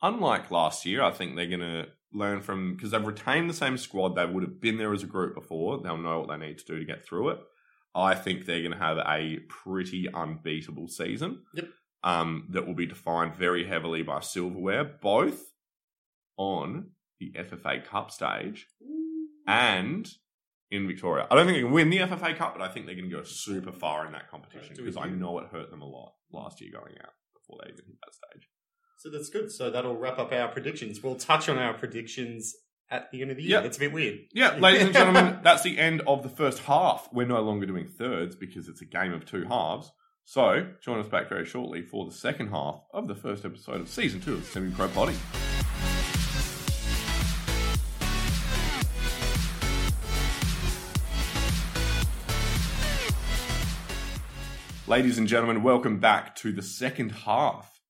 A: unlike last year, I think they're going to learn from because they've retained the same squad. They would have been there as a group before. They'll know what they need to do to get through it. I think they're going to have a pretty unbeatable season.
B: Yep.
A: Um, that will be defined very heavily by silverware, both on the FFA Cup stage and in Victoria. I don't think they can win the FFA Cup, but I think they're going to go super far in that competition
B: Right, do we
A: because I
B: do-
A: know it hurt them a lot last year going out before they even hit that stage.
B: So that's good. So that'll wrap up our predictions. We'll touch on our predictions at the end of the year.
A: Yep.
B: It's a bit weird.
A: Yeah, ladies and gentlemen, that's the end of the first half. We're no longer doing thirds because it's a game of two halves. So join us back very shortly for the second half of the first episode of season two of the Semi Pro Potty. Ladies and gentlemen, welcome back to the second half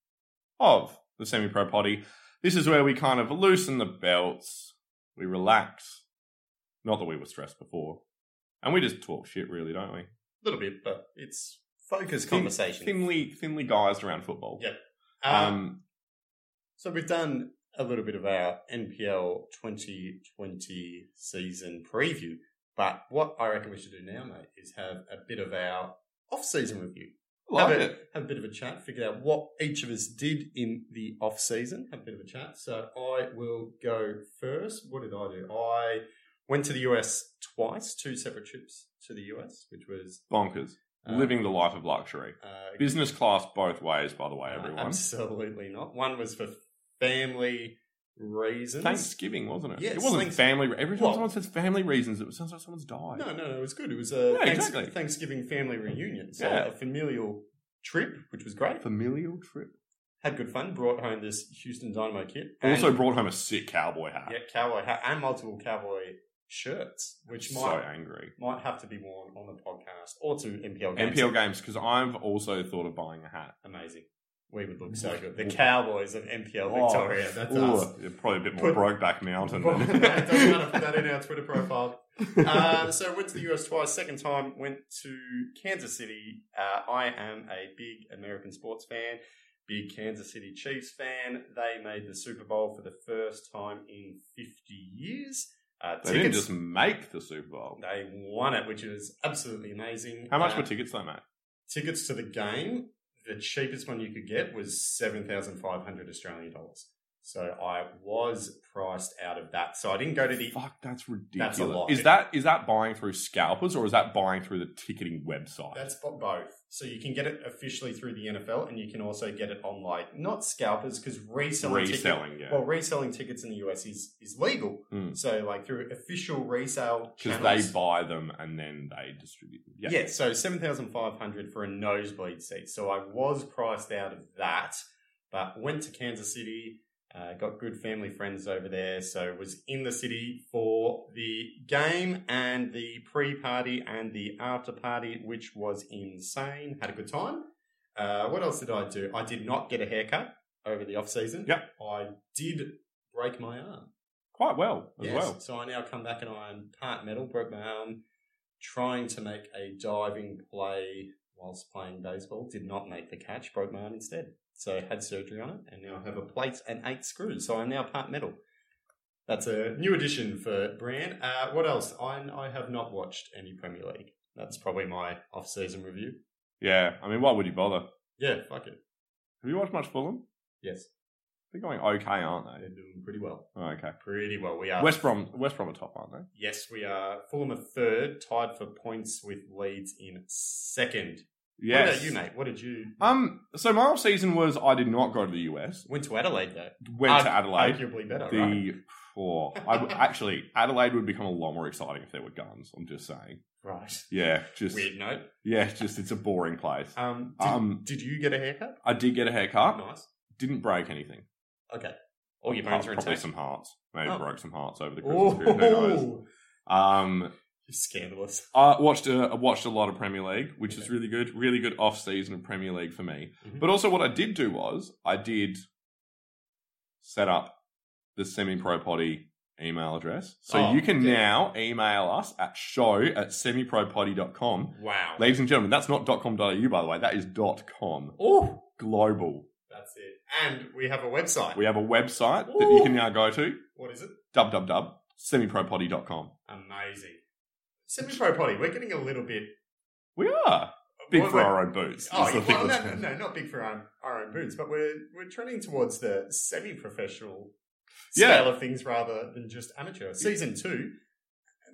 A: of the Semi Pro Potty. This is where we kind of loosen the belts, we relax. Not that we were stressed before. And we just talk shit, really, don't we?
B: A little bit, but it's focused
A: Thin-
B: conversation.
A: Thinly, thinly guised around football.
B: Yep. Um,
A: Um,
B: So we've done a little bit of our NPL 2020 season preview, but what I reckon we should do now, mate, is have a bit of our off-season review.
A: like
B: have, a,
A: it.
B: have a bit of a chat, figure out what each of us did in the off-season, have a bit of a chat. So I will go first. What did I do? I went to the US twice, two separate trips to the US, which was...
A: Bonkers.
B: uh,
A: Living the life of luxury.
B: uh,
A: Business class both ways, by the way,
B: Uh,
A: everyone.
B: absolutely not. One was for family reasons.
A: Thanksgiving, wasn't it?
B: Yes,
A: it wasn't
B: thanks-
A: family. Every time
B: Well-
A: someone says family reasons, it sounds like someone's died.
B: No, no, no. It was good. It was a
A: Yeah,
B: Thanks-
A: exactly.
B: Thanksgiving family reunion. So
A: Yeah.
B: a familial trip, which was great.
A: Familial trip.
B: Had good fun. Brought home this Houston Dynamo kit. and-
A: Also brought home a sick cowboy hat.
B: yeah, cowboy hat and multiple cowboy shirts, which
A: so
B: might
A: angry.
B: might have to be worn on the podcast or to NPL games.
A: NPL games, because I've also thought of buying a hat.
B: amazing. We would look so good. The Cowboys of NPL
A: Oh,
B: Victoria. That's
A: ooh,
B: us.
A: Probably a bit more
B: Put-
A: broke back mountain.
B: Well,
A: than-
B: it doesn't matter. Put that in our Twitter profile. Uh, so I went to the US twice. Second time went to Kansas City. Uh, I am a big American sports fan, big Kansas City Chiefs fan. They made the Super Bowl for the first time in 50 years. Uh,
A: They didn't
B: tickets,
A: just make the Super Bowl.
B: they won it, which is absolutely amazing.
A: How much
B: Uh,
A: were tickets though, mate?
B: tickets to the game? The cheapest one you could get was seven thousand five hundred Australian dollars. So I was priced out of that. So I didn't go to the
A: Fuck, that's ridiculous.
B: lot.
A: Is that is that buying through scalpers or is that buying through the ticketing website?
B: That's for both. So you can get it officially through the NFL, and you can also get it on like not scalpers because reselling, ticket-
A: reselling, yeah.
B: well, reselling tickets in the US is is legal.
A: Mm.
B: So like through official resale
A: Because
B: channels.
A: they buy them and then they distribute them.
B: yeah.
A: Yeah.
B: So seven thousand five hundred for a nosebleed seat. So I was priced out of that, but went to Kansas City. Uh, got good family friends over there, so was in the city for the game and the pre-party and the after-party, which was insane. Had a good time. Uh, what else did I do? I did not get a haircut over the off season.
A: Yep.
B: I did break my arm
A: Quite well as
B: Yes,
A: well.
B: So I now come back and I'm part metal, broke my arm, trying to make a diving play whilst playing baseball. Did not make the catch, broke my arm instead. So I had surgery on it and now I have a plate and eight screws. So I'm now part metal. That's a new addition for Bran. Uh, what else? I, I have not watched any Premier League. That's probably my off season review.
A: Yeah. I mean, why would you bother?
B: Yeah, fuck it.
A: Have you watched much Fulham?
B: Yes,
A: They're going okay, aren't
B: they're
A: they?
B: doing pretty well.
A: Oh, okay.
B: Pretty well. We are
A: West Brom West Brom are top, aren't they?
B: Yes, we are. Fulham are third, tied for points with Leeds in second.
A: Yes.
B: What about you, mate? What did you
A: Um so my off season was I did not go to the US.
B: went to Adelaide though?
A: Went to
B: Argu-
A: Adelaide.
B: arguably better.
A: the
B: right?
A: oh, I w- actually Adelaide would become a lot more exciting if there were guns. I'm just saying.
B: right.
A: Yeah, just
B: Weird note.
A: yeah, it's just it's a boring place.
B: Um, did,
A: Um, Ah.
B: did you get a haircut?
A: I did get a haircut.
B: Nice.
A: Didn't break anything.
B: Okay. All Oh, your
A: Apart-
B: bones are
A: probably
B: intact.
A: some hearts. Maybe
B: Oh.
A: broke some hearts over the Christmas period. Who knows?
B: Oh,
A: Um,
B: you're scandalous.
A: I watched a, I watched a lot of Premier League, which is
B: Okay.
A: really good. Really good off season of Premier League for me.
B: Mhm.
A: But also, what I did do was I did set up the semi pro potty email address. So
B: Oh,
A: you can
B: okay.
A: now email us at show at semipropotty.com.
B: Wow.
A: Ladies and gentlemen, that's not .com.au by the way. That is .com.
B: oh,
A: Global.
B: that's it. And we have a website.
A: We have a website that you can now go to
B: what is it?
A: www.semipropotty.com.
B: Amazing. Semi pro potty. We're getting a little bit
A: We are big
B: Well,
A: for
B: we're-
A: our own boots.
B: Oh,
A: That's the
B: yeah,
A: thing
B: well,
A: that's-
B: no, no, no, not big for our, our own boots, but we're we're trending towards the semi-professional
A: Yeah.
B: scale of things rather than just amateur. Season two,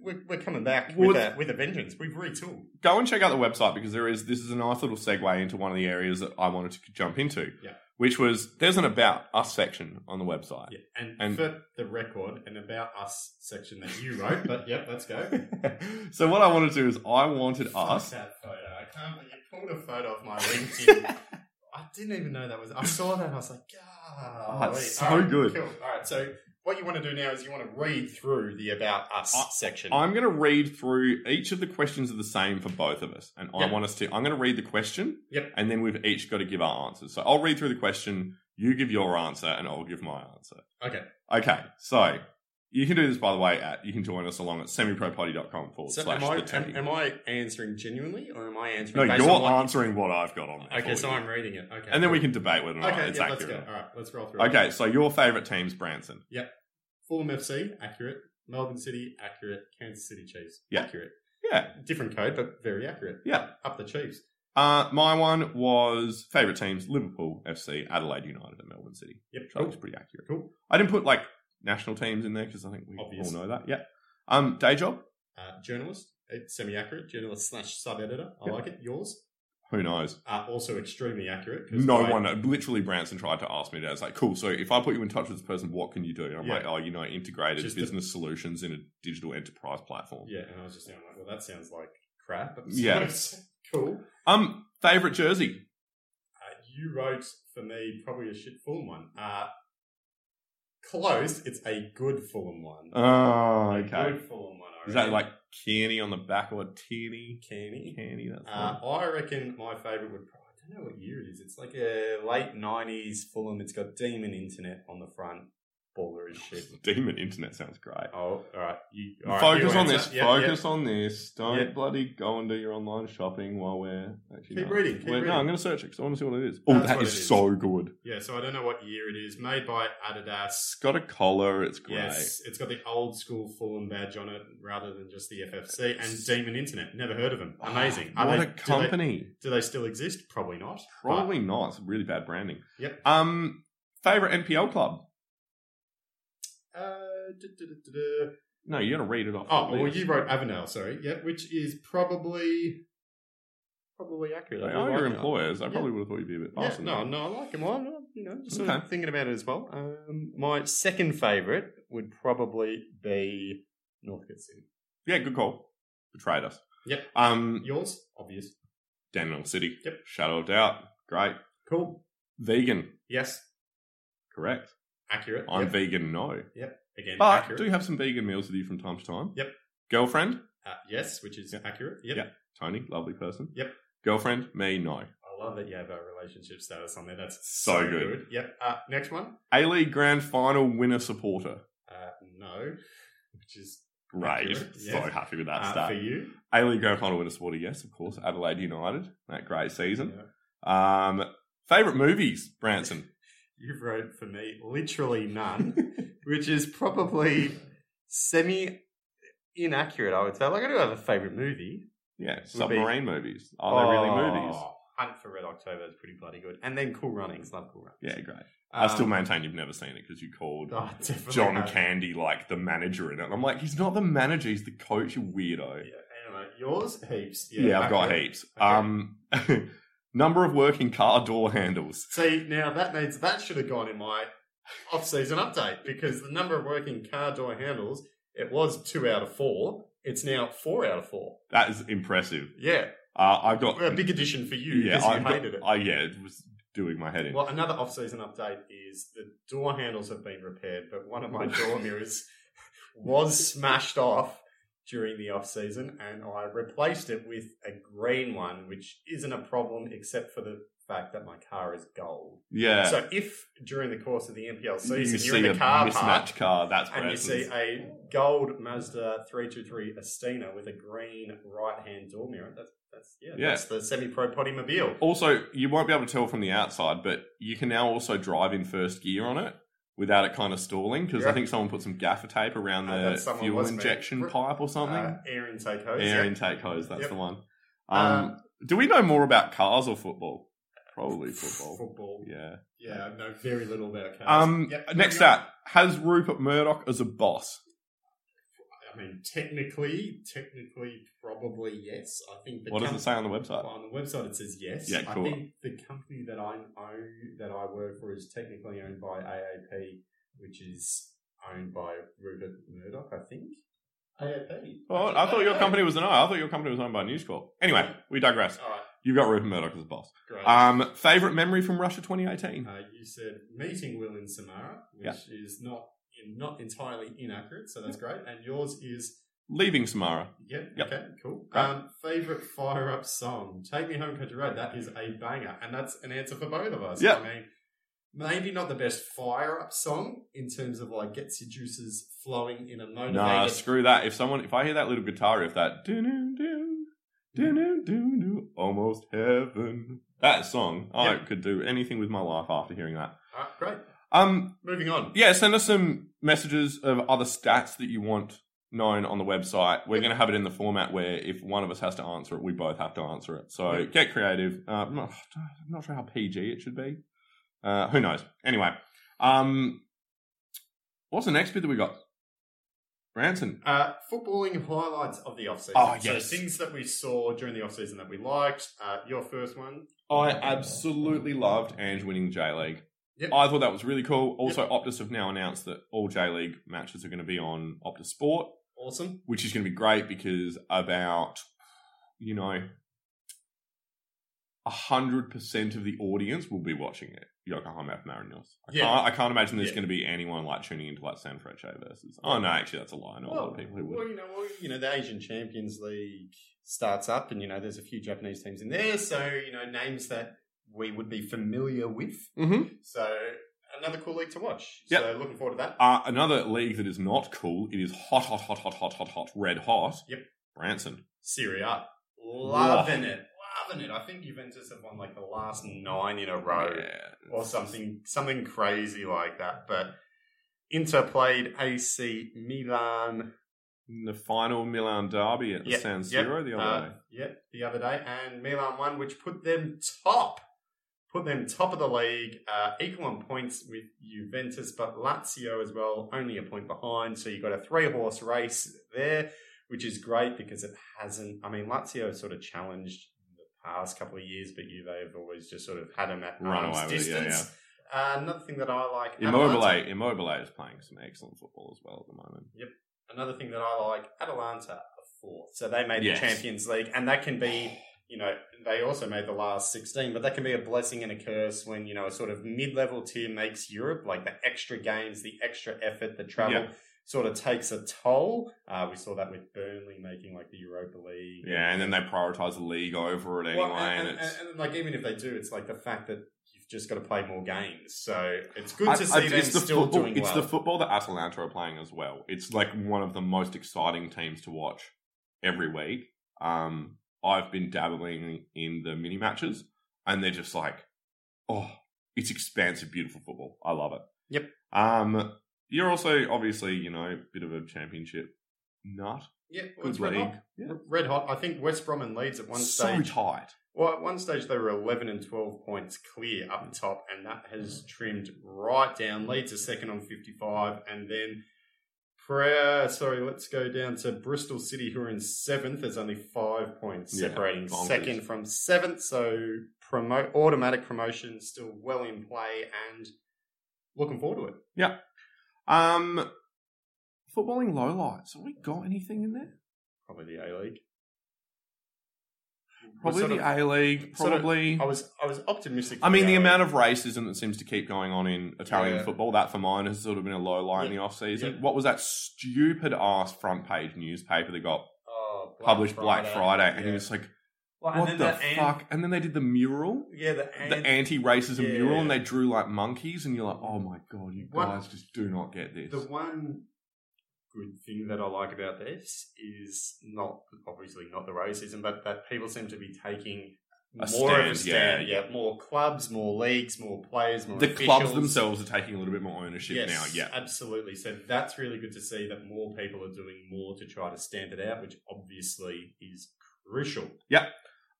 B: we're, we're coming back
A: Well,
B: with a with a vengeance. We've retooled.
A: go and check out the website because there is this is a nice little segue into one of the areas that I wanted to jump into,
B: Yeah.
A: which was there's an about us section on the website.
B: Yeah, and,
A: And-
B: for the record, and about us section that you wrote, but yep, let's go.
A: so what I wanted to do is I wanted
B: Fuck
A: us.
B: that photo. I can't believe you pulled a photo off my LinkedIn. I didn't even know that was. I saw that and I was like, God,
A: Oh, it's so good.
B: Cool. All right, so what you want to do now is you want to read through the about us
A: I-
B: section.
A: I'm going to read through each of the questions are the same for both of us, and
B: Yep.
A: I want us to. I'm going to read the question,
B: Yep.
A: and then we've each got to give our answers. So I'll read through the question, you give your answer, and I'll give my answer.
B: okay.
A: Okay, so you can do this by the way. At you can join us along at semipropotty.com forward
B: So
A: slash
B: am I,
A: the team.
B: am, am I answering genuinely or am I
A: no,
B: answering? based
A: you're
B: on what-
A: answering what I've got on. there
B: Okay,
A: for
B: so
A: you.
B: I'm reading it. Okay,
A: And then we
B: cool.
A: can debate whether or not
B: Okay,
A: it's
B: yeah, let's go.
A: accurate.
B: All right, let's roll through. it.
A: Okay, so your favourite team's Branson.
B: Fulham FC accurate. Melbourne City accurate. Kansas City Chiefs
A: Yeah.
B: accurate.
A: Yeah.
B: Different code, but very accurate.
A: Yeah.
B: Up the Chiefs.
A: Uh, my one was favourite teams Liverpool FC, Adelaide United, and Melbourne City.
B: Yep.
A: So that
B: Cool.
A: was pretty accurate.
B: Cool.
A: I didn't put like national teams in there because I think we
B: Obvious.
A: all know that. Yeah. Um, day job?
B: Uh, journalist, semi accurate. Journalist slash sub editor. I
A: Yep.
B: like it. Yours
A: Who knows?
B: uh, also extremely accurate. 'cause
A: No
B: I-
A: one. Literally, Branson tried to ask me that. It's like, cool. So if I put you in touch with this person, what can you do? And I'm
B: Yeah.
A: like, oh, you know, integrated
B: Just the-
A: business solutions in a digital enterprise platform.
B: Yeah, and I was just saying, like, well, that sounds like crap. but-
A: Yes.
B: cool.
A: Um, favorite jersey?
B: Uh, you wrote for me probably a shit Fulham one. Uh, close. It's a good Fulham one.
A: Oh,
B: A
A: okay.
B: good Fulham one. I
A: Is that
B: reckon.
A: like Kearney on the back or Tierney?
B: canny?
A: Kearney, that's
B: Uh, I reckon my favourite would. probably I don't know what year it is. It's like a late nineties Fulham. It's got demon internet on the front. Baller as shit.
A: it. Demon internet sounds great.
B: Oh, all right. You,
A: focus on this. focus on this. Don't
B: Yep.
A: bloody go and do your online shopping while we're actually.
B: Keep
A: no.
B: reading, keep
A: We're-
B: reading.
A: No, I'm going to search it because I want to see what it is. Oh,
B: That's
A: that
B: what
A: is,
B: it is.
A: so good.
B: Yeah. so I don't know what year it is. Made by
A: It's
B: Adidas.
A: got a collar. It's great.
B: Yes, it's got the old school Fulham badge on it rather than just the FFC and Demon Internet. Never heard of them.
A: Oh,
B: Amazing. Are
A: what
B: they-
A: a
B: do they-
A: company.
B: Do they still exist? Probably not.
A: Probably not. It's really bad branding.
B: Yep.
A: Um, favorite NPL club?
B: But, uh, duh, duh, duh, duh, duh.
A: No, you got to read it off.
B: Oh,
A: the
B: well,
A: list.
B: you wrote Avondale, sorry. Yeah, which is probably probably accurate.
A: They
B: I
A: are
B: like
A: your
B: it.
A: employers. I
B: Yeah.
A: probably would have thought you'd be a bit
B: Yeah,
A: faster.
B: no,
A: than
B: no, I like him. I'm not, you know, just sort
A: Okay.
B: of thinking about it as well. Um, my second favourite would probably be Northcote City.
A: that. Yeah, good call. Betrayed us.
B: Yep.
A: Um,
B: Yours? Obvious.
A: Daniel City.
B: Yep.
A: Shadow of doubt. Great.
B: Cool.
A: Vegan.
B: Yes.
A: Correct.
B: Accurate.
A: I'm
B: Yep.
A: vegan. No.
B: Again,
A: But
B: accurate.
A: do have some vegan meals with you from time to time.
B: Yep.
A: Girlfriend,
B: Uh, yes, which is accurate. Yep.
A: Yeah. Tony, lovely person.
B: Yep.
A: Girlfriend, me, no.
B: I love that you have a relationship status on there. That's
A: So good.
B: Yep. Uh, next one.
A: A League Grand Final winner supporter.
B: Uh, no, which is
A: Great.
B: Accurate,
A: So
B: yes.
A: happy with that
B: uh,
A: stat.
B: for you.
A: A League Grand Final winner supporter, yes, of course. Adelaide United, that great season.
B: Yeah.
A: Um, favorite movies, Branson.
B: You've wrote for me literally none, which is probably semi inaccurate. I would say. Like I do have a favorite movie.
A: Yeah,
B: be- Oh.
A: submarine movies. Are they really movies?
B: Hunt for Red October is pretty bloody good, and then Cool Runnings. Love Cool Runnings.
A: Yeah, great. I
B: Um,
A: still maintain you've never seen it because you called
B: Oh, definitely
A: John
B: not.
A: Candy like the manager in it. And I'm like, he's not the manager, he's the coach, you weirdo.
B: Yeah, anyway, yours heaps.
A: Yeah, I've got
B: accurate.
A: heaps.
B: Okay.
A: Um, number of working car door handles.
B: See, now that needs that should have gone in my off-season update because the number of working car door handles it was two out of four. It's now four out of four.
A: That is impressive.
B: Yeah,
A: Uh, I've got.
B: a big addition for you
A: yeah,
B: because
A: I've
B: you
A: got-
B: hated it.
A: I- yeah, it was doing my head in.
B: well, another off-season update is the door handles have been repaired, but one of my door mirrors was smashed off during the off-season, and I replaced it with a green one, which isn't a problem except for the fact that my car is gold.
A: Yeah.
B: So if during the course of the NPL
A: you
B: season
A: see
B: you're in
A: a
B: the car park
A: mismatched car. That's
B: and you see
A: person's.
B: a gold Mazda 323 Estina with a green right-hand door mirror, that's that's yeah,
A: Yeah.
B: that's the semi-pro potty mobile.
A: Also, you won't be able to tell from the outside, but you can now also drive in first gear on it without it kind of stalling because
B: Yeah.
A: I think someone put some gaffer tape around
B: Uh,
A: the
B: that someone
A: fuel
B: was, mate.
A: injection
B: Fr-
A: pipe or something.
B: Uh, air intake hose.
A: Air
B: yeah.
A: intake hose. That's
B: Yep.
A: the one. Um,
B: Um,
A: do we know more about cars or football? Probably football.
B: Football.
A: Yeah.
B: Yeah, I know very little about cars.
A: Um,
B: Yep,
A: next
B: moving on.
A: up, has Rupert Murdoch as a boss?
B: I mean, technically, technically, probably yes. I think. The
A: What does
B: com-
A: it say on the website?
B: Well, on the website, it says yes.
A: Yeah, cool.
B: I think the company that I own, that I work for, is technically owned by AAP, which is owned by Rupert Murdoch, I think. AAP.
A: Oh, I thought your company was an I. I thought your company was owned by News Corp. Anyway, we digress.
B: All right,
A: You've got Rupert Murdoch as a boss.
B: great.
A: Um, favorite memory from Russia 2018?
B: uh, you said meeting Will in Samara, which is not in, not entirely inaccurate, so that's great. And yours is
A: Leaving Samara.
B: Yep.
A: Yep.
B: Okay. Cool.
A: Great.
B: Um, favorite fire up song? Take me home, country road. That is a banger, and that's an answer for both of us.
A: Yeah.
B: I mean, maybe not the best fire up song in terms of like gets your juices flowing in a motivated.
A: Nah, screw that. If someone, if I hear that little guitar riff, that do do do do do do almost heaven. That song, I
B: Yeah.
A: could do anything with my life after hearing that.
B: All right, Ah, great.
A: Um,
B: Moving on.
A: yeah, send us some messages of other stats that you want known on the website. We're going to have it in the format where if one of us has to answer it, we both have to answer it. So
B: Yeah.
A: get creative. Uh, I'm, not, I'm not sure how PG it should be. Uh, who knows? Anyway, um, what's the next bit that we got? Branson.
B: Uh, footballing highlights of the off season.
A: Oh, yes.
B: So things that we saw during the off season that we liked. Uh, your first one.
A: I absolutely loved Ange winning J League.
B: Yep.
A: I thought that was really cool. Also, Optus have now announced that all J League matches are going to be on Optus Sport.
B: Awesome.
A: which is going to be great because about you know a hundred percent of the audience will be watching it. Yokohama F Marinos. I
B: Yeah.
A: can't. I can't imagine there's
B: Yeah.
A: going to be anyone like tuning into like San Francisco versus. Oh no, actually that's a lie. I know a lot of people who
B: Oh, well,
A: would.
B: you know, well, you know, the Asian Champions League starts up, and you know, there's a few Japanese teams in there, so you know, names that we would be familiar with.
A: Mm-hmm.
B: So another cool league to watch.
A: Yep.
B: So looking forward to that.
A: Uh, another league that is not cool. It is hot, hot, hot, hot, hot, hot, hot, red hot.
B: Yep.
A: Branson.
B: Serie A, loving it, loving it. I think Juventus have won like the last nine in a row.
A: Yeah.
B: or something something crazy like that. But Inter played AC Milan.
A: In the final Milan derby at the
B: Yep,
A: San
B: yep,
A: Siro the other
B: uh,
A: day.
B: Yep, the other day, and Milan won, which put them top, put them top of the league, uh, equal on points with Juventus, but Lazio as well, only a point behind. So you got a three horse race there, which is great because it hasn't. I mean, Lazio has sort of challenged the past couple of years, but Juve have always just sort of had them at
A: Run
B: arm's
A: away with it, yeah,
B: distance. Uh, another thing that I like,
A: Immobile.
B: Atalanta-
A: Immobile is playing some excellent football as well at the moment.
B: another thing that I like, Atalanta are fourth. So they made
A: Yes.
B: the Champions League, and that can be, you know, they also made the last 16, but that can be a blessing and a curse when, you know, a sort of mid level tier makes Europe, like the extra games, the extra effort, the travel. Sort of takes a toll. Uh, we saw that with Burnley making like the Europa League.
A: Yeah, and then they prioritize the league over it anyway,
B: Well, and,
A: and,
B: and-
A: it's.
B: and, like even if they do, it's like the fact that you've just got to play more games. So it's good
A: I-
B: to see
A: I-
B: them still
A: football,
B: doing
A: it's
B: well.
A: the football that Atalanta are playing as well. It's like one of the most exciting teams to watch every week. Um, I've been dabbling in the mini matches, and they're just like, oh, it's expansive, beautiful football. I love it.
B: Yep.
A: Um, you're also obviously, you know, a bit of a championship nut.
B: yeah, well,
A: Good
B: it's red
A: league.
B: hot. Red hot. I think West Brom and Leeds at one
A: so
B: stage
A: tight.
B: Well, at one stage they were 11 and 12 points clear up top, and that has trimmed right down. Leeds are second on 55, and then prayer. Sorry, let's go down to Bristol City, who are in seventh. There's only five points
A: Yeah,
B: separating
A: bonkers.
B: second from seventh, so promote automatic promotion still well in play, and looking forward to it.
A: Um, footballing lowlights. Have we got anything in there?
B: Probably the A League.
A: Probably
B: sort
A: the
B: of-
A: A League.
B: sort of-
A: Probably.
B: I was I was optimistic.
A: I mean, the
B: A-League.
A: amount of racism that seems to keep going on in Italian
B: Yeah.
A: football, that for mine has sort of been a low light in
B: Yeah.
A: the off season.
B: Yeah.
A: What was that stupid ass front page newspaper that got
B: Oh, Black
A: published Black Friday? And
B: yeah.
A: it's like,
C: Well,
A: what the
C: that an-
A: fuck? And then they did the mural,
B: Yeah, the,
A: the
B: ant-
A: anti-racism
B: yeah.
A: mural, and they drew like monkeys, and you're like, oh my god, you
B: What-
A: guys just do not get this.
B: The one good thing that I like about this is not obviously not the racism, but that people seem to be taking
A: A
B: more of a
A: stand, yeah,
B: stand. Yeah, more clubs, more leagues, more players, more
A: The clubs
B: officials.
A: themselves are taking a little bit more ownership
B: Yes,
A: now. Yeah,
B: absolutely. So that's really good to see that more people are doing more to try to stand it out, which obviously is crucial.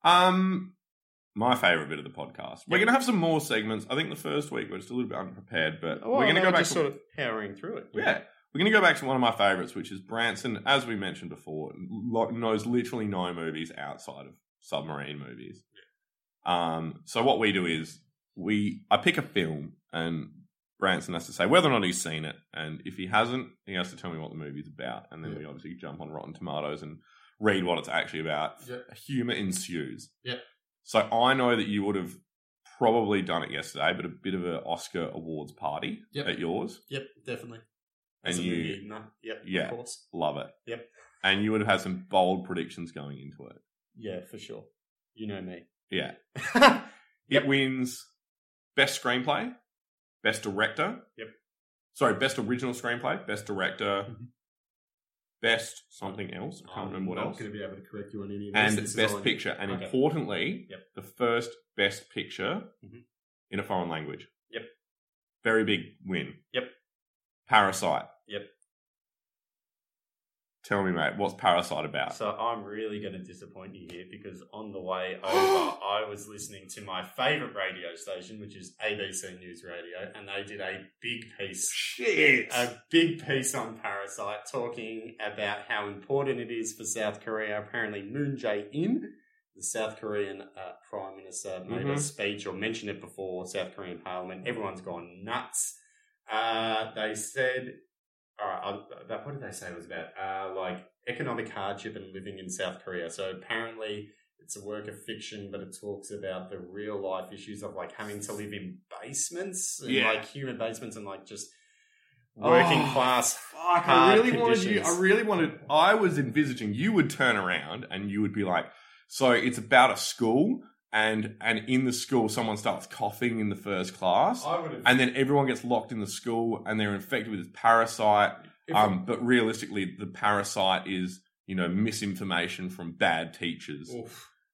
A: Um, my favorite bit of the podcast. We're
B: Yeah.
A: gonna have some more segments. I think the first week we're just a little bit underprepared, but we're gonna go back.
B: Oh, just
A: To,
B: sort of powering through it.
A: Yeah, we're gonna go back to one of my favorites, which is Branson. As we mentioned before, lo- knows literally no movies outside of submarine movies. Um, so what we do is we I pick a film and. Branson has to say whether or not he's seen it, and if he hasn't, he has to tell me what the movie's about, and then
B: Yeah.
A: we obviously jump on Rotten Tomatoes and read what it's actually about
B: Yeah.
A: humor ensues.
B: Yeah.
A: So I know that you would have probably done it yesterday, but a bit of an Oscar awards party
B: Yep.
A: at yours.
B: Yep, definitely.
A: And
B: As a
A: you-
B: movie, no, yep,
A: Yeah.
B: of course.
A: Love it.
B: Yep.
A: And you would have had some bold predictions going into it.
B: Yeah, for sure. You know me.
A: Yeah.
B: yep.
A: It wins best screenplay, best director.
B: Yep.
A: Sorry, best original screenplay, best director,
B: Mhm.
A: best something else. I can't remember what
B: I'm
A: else.
B: not going to be able to correct you on any of this.
A: and
B: This is
A: best
B: on-
A: picture, and
B: Okay.
A: importantly,
B: Yep.
A: the first best picture
B: Mhm.
A: in a foreign language.
B: Yep.
A: Very big win.
B: Yep.
A: Parasite.
B: Yep.
A: Tell me, mate, what's Parasite about?
B: So I'm really going to disappoint you here because on the way over, I was listening to my favorite radio station, which is ABC News Radio, and they did a big piece
A: Shit.
B: a big piece on Parasite talking about how important it is for South Korea. Apparently, Moon Jae-in, the South Korean uh, prime minister, made
A: Mhm.
B: a speech or mentioned it before South Korean Parliament. Everyone's gone nuts. Uh, they said, all right, I, that, what did they say it was about? Uh, like economic hardship and living in South Korea. So apparently. It's a work of fiction, but it talks about the real life issues of like having to live in basements, and,
A: Yeah.
B: like human basements, and like just working
A: Oh,
B: class.
A: Fuck, I
B: hard
A: really wanted you. I
B: conditions.
A: really wanted. I was envisaging you would turn around and you would be like, "So it's about a school, and and in the school, someone starts coughing in the first class,
B: I would have.
A: and then everyone gets locked in the school and they're infected with this parasite. Um, but realistically, the parasite is you know misinformation from bad teachers,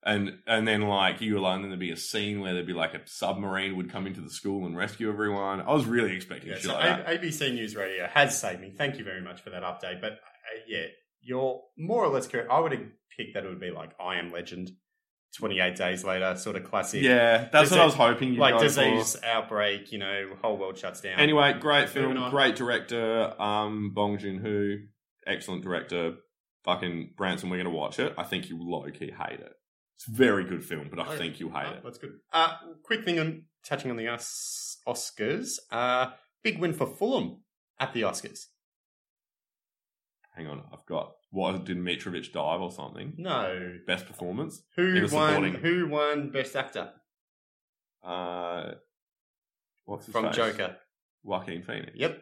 A: and and then like you alone, then there'd be a scene where there'd be like a submarine would come into the school and rescue everyone. I was really expecting
B: yeah,
A: shit
B: so
A: like that.
B: A- ABC News Radio has saved me. Thank you very much for that update. But uh, yeah, you're more or less correct. I would have picked that it would be like I Am Legend, 28 Days Later, sort of classic.
A: Yeah, that's
B: Does
A: what
B: it-
A: I was hoping. You'd
B: Like
A: go
B: disease outbreak, you know, whole world shuts down.
A: For. Anyway, great
B: Moving
A: film,
B: on.
A: great director, um, Bong Joon Ho, excellent director. Fucking Branson, we're gonna watch it. I think you low key hate it. It's a very good film, but I
B: Okay.
A: think you hate
B: Oh,
A: it.
B: that's good. Uh, quick thing on touching on the Os- Oscars. Uh, big win for Fulham at the Oscars.
A: Hang on, I've got what did Mitrovic dive or something?
B: No,
A: Best performance. It
B: who
A: was
B: won?
A: supporting.
B: Who won Best Actor
A: Uh, what's his
B: from
A: face?
B: Joker?
A: Joaquin Phoenix.
B: Yep.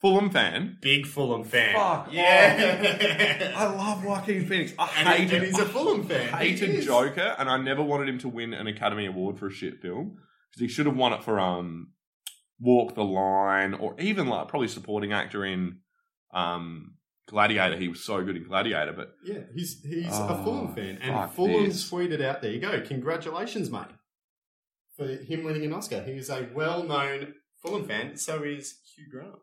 A: Fulham fan.
B: Big Fulham fan.
A: Fuck
B: Yeah.
A: love Joaquin Phoenix. I
B: And he- and he's a Fulham fan.
A: I
B: He
A: hated
B: is.
A: Joker, and I never wanted him to win an Academy Award for a shit film because he should have won it for um, Walk the Line, or even like probably supporting actor in um, Gladiator. He was so good in Gladiator, but
B: Yeah, he's he's
A: Oh,
B: a Fulham fan, and
A: fuck
B: Fulham
A: this.
B: tweeted out, "There you go, congratulations, mate, for him winning an Oscar. He is a well-known Fulham fan. So is Hugh Grant.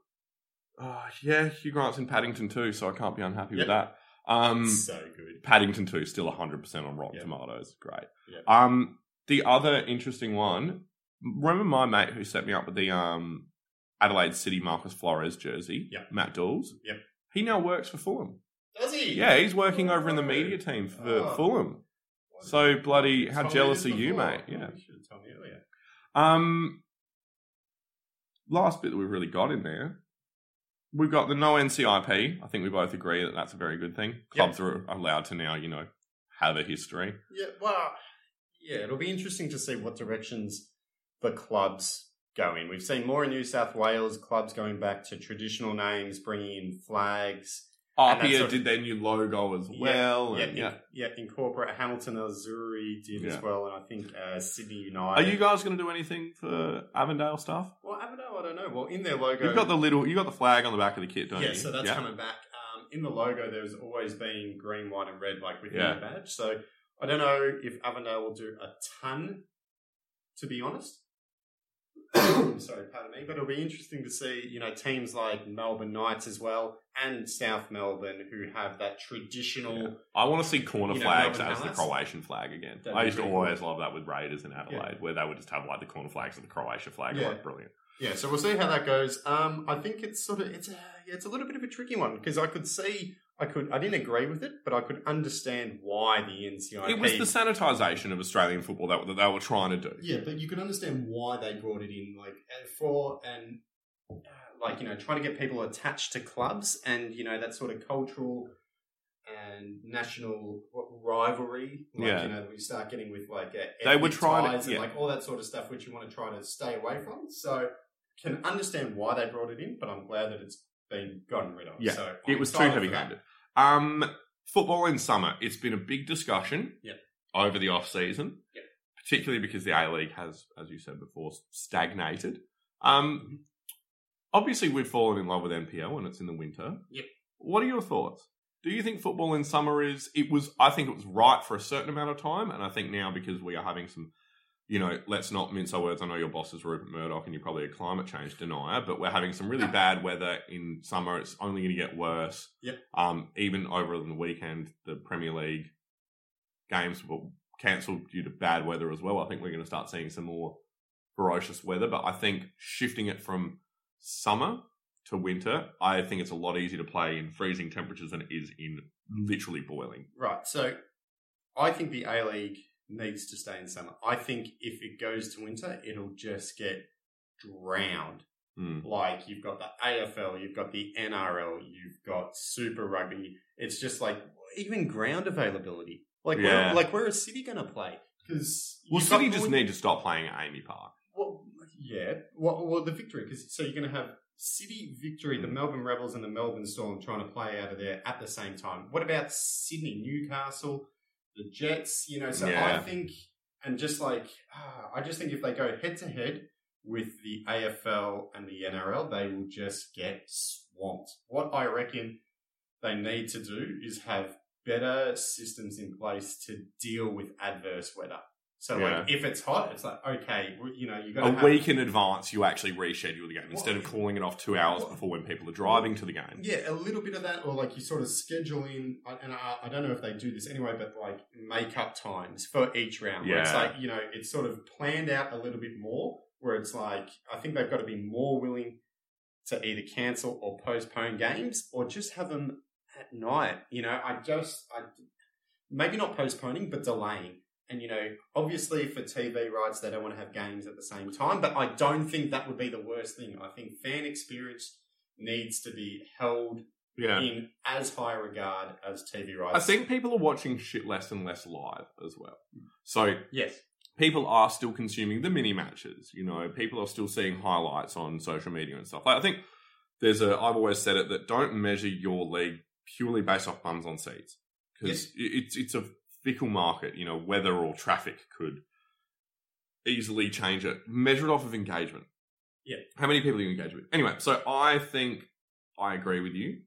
A: uh, yeah, Hugh Grant's in Paddington too, so I can't be unhappy with
B: Yep.
A: that. Um,
B: so good.
A: Paddington 2 still 100% on Rotten
B: Yeah.
A: Tomatoes. Great.
B: Yeah.
A: Um, the other interesting one, remember my mate who set me up with the um, Adelaide City Marcus Flores jersey,
B: Yeah.
A: Matt Dawes?
B: Yeah.
A: He now works for Fulham.
B: Does he?
A: Yeah, he's working over in the media team for
B: Oh.
A: Fulham. So bloody, how
B: Told me
A: jealous are
B: this
A: you,
B: before.
A: mate? Yeah.
B: you should have told me earlier.
A: Um, last bit that we've really got in there, we've got the no NCIP. I think we both agree that that's a very good thing. Clubs are allowed to now, you know, have a history.
B: Yeah, well, yeah, it'll be interesting to see what directions the clubs go in. We've seen more in New South Wales clubs going back to traditional names, bringing in flags. And that's
A: Arpia
B: sort of-
A: did their new logo as
B: Yeah,
A: well.
B: yeah,
A: and
B: yeah, yeah, incorporate Hamilton Azuri did
A: Yeah.
B: as well, and I think uh, Sydney
A: Are
B: United.
A: you guys going to do anything for Avondale stuff?
B: Well, Avondale, I don't know. Well, in their logo,
A: You've got the little, you got the flag on the back of the kit, don't
B: yeah,
A: you?
B: so that's coming back. Um, in the logo, there's always been green, white, and red, like within
A: Yeah.
B: the badge. So I don't know if Avondale will do a ton, to be honest. Sorry, pardon me, but it'll be interesting to see, you know, teams like Melbourne Knights as well and South Melbourne who have that traditional.
A: Yeah. I want to see corner
B: You know,
A: flags
B: Melbourne
A: as the
B: Palace?
A: Croatian flag again.
B: That'd
A: I
B: be
A: used to
B: pretty cool.
A: always love that with Raiders in Adelaide, where they would just have like the corner flags of the Croatia flag.
B: Yeah.
A: I'm like, brilliant.
B: Yeah, so we'll see how that goes. Um, I think it's sort of it's a, yeah, it's a little bit of a tricky one because I could see I could I didn't agree with it, but I could understand why the NCIP.
A: It was the sanitisation of Australian football that, that they were trying to do.
B: yeah, but you could understand why they brought it in, like and for and uh, like you know trying to get people attached to clubs and you know that sort of cultural and national rivalry. Like,
A: Yeah.
B: you know that we start getting with like uh,
A: They were
B: ethnic
A: trying to-
B: ties and
A: yeah.
B: like all that sort of stuff, which you want to try to stay away from. So can understand why they brought it in, but I'm glad that it's been gotten rid of.
A: Yeah,
B: so I'm
A: It was too
B: excited for
A: heavy
B: that.
A: handed. Um, football in summer, it's been a big discussion
B: Yeah.
A: over the off season,
B: Yeah.
A: particularly because the A League has, as you said before, stagnated.
B: Mm-hmm.
A: Um, obviously, we've fallen in love with NPL and it's in the winter.
B: Yep.
A: What are your thoughts? Do you think football in summer is? It was. I think it was right for a certain amount of time, and I think now because we are having some you know, let's not mince our words. I know your boss is Rupert Murdoch and you're probably a climate change denier, but we're having some really bad weather in summer. It's only going to get worse.
B: Yep.
A: Um, even over on the weekend, the Premier League games were cancelled due to bad weather as well. I think we're going to start seeing some more ferocious weather, but I think shifting it from summer to winter, I think it's a lot easier to play in freezing temperatures than it is in literally boiling.
B: Right. So I think the A League needs to stay in summer. I think if it goes to winter, it'll just get drowned.
A: Mm.
B: Like you've got the AFL, you've got the NRL, you've got Super Rugby. It's just like even ground availability. Like
A: Yeah.
B: where, like where is City going to play? Because
A: Well, City just need to stop playing at Amy Park.
B: well, yeah. Well, well the victory because so you're going to have City victory, the
A: Mm.
B: Melbourne Rebels and the Melbourne Storm trying to play out of there at the same time. What about Sydney, Newcastle, the Jets? You know, so I
A: Yeah.
B: think, and just like ah, I just think if they go head to head with the AFL and the NRL, they will just get swamped. What I reckon they need to do is have better systems in place to deal with adverse weather. So like if it's hot, it's like okay, well, you know you got
A: a
B: to have,
A: week in advance, you actually reschedule the game instead of
B: Well-
A: calling it off two hours
B: well-
A: before when people are driving to the game.
B: Yeah, a little bit of that, or like you sort of schedule in, I- and I, I don't know if they do this anyway, but like make up times for each round. Where it's
A: Yeah.
B: like, you know, it's sort of planned out a little bit more, where it's like, I think they've got to be more willing to either cancel or postpone games or just have them at night. You know, I just, I, maybe not postponing, but delaying. And, you know, obviously for TV rights, they don't want to have games at the same time, but I don't think that would be the worst thing. I think fan experience needs to be held
A: Yeah.
B: in as high regard as TV rights.
A: I think people are watching shit less and less live as well. So
B: yes,
A: people are still consuming the mini matches. You know, people are still seeing highlights on social media and stuff. Like, I think there's a. I've always said it that don't measure your league purely based off bums on seats because it's it's a fickle market. You know, weather or traffic could easily change it. Measure it off of engagement.
B: Yeah.
A: How many people you engage with? Anyway, so I think I agree with you.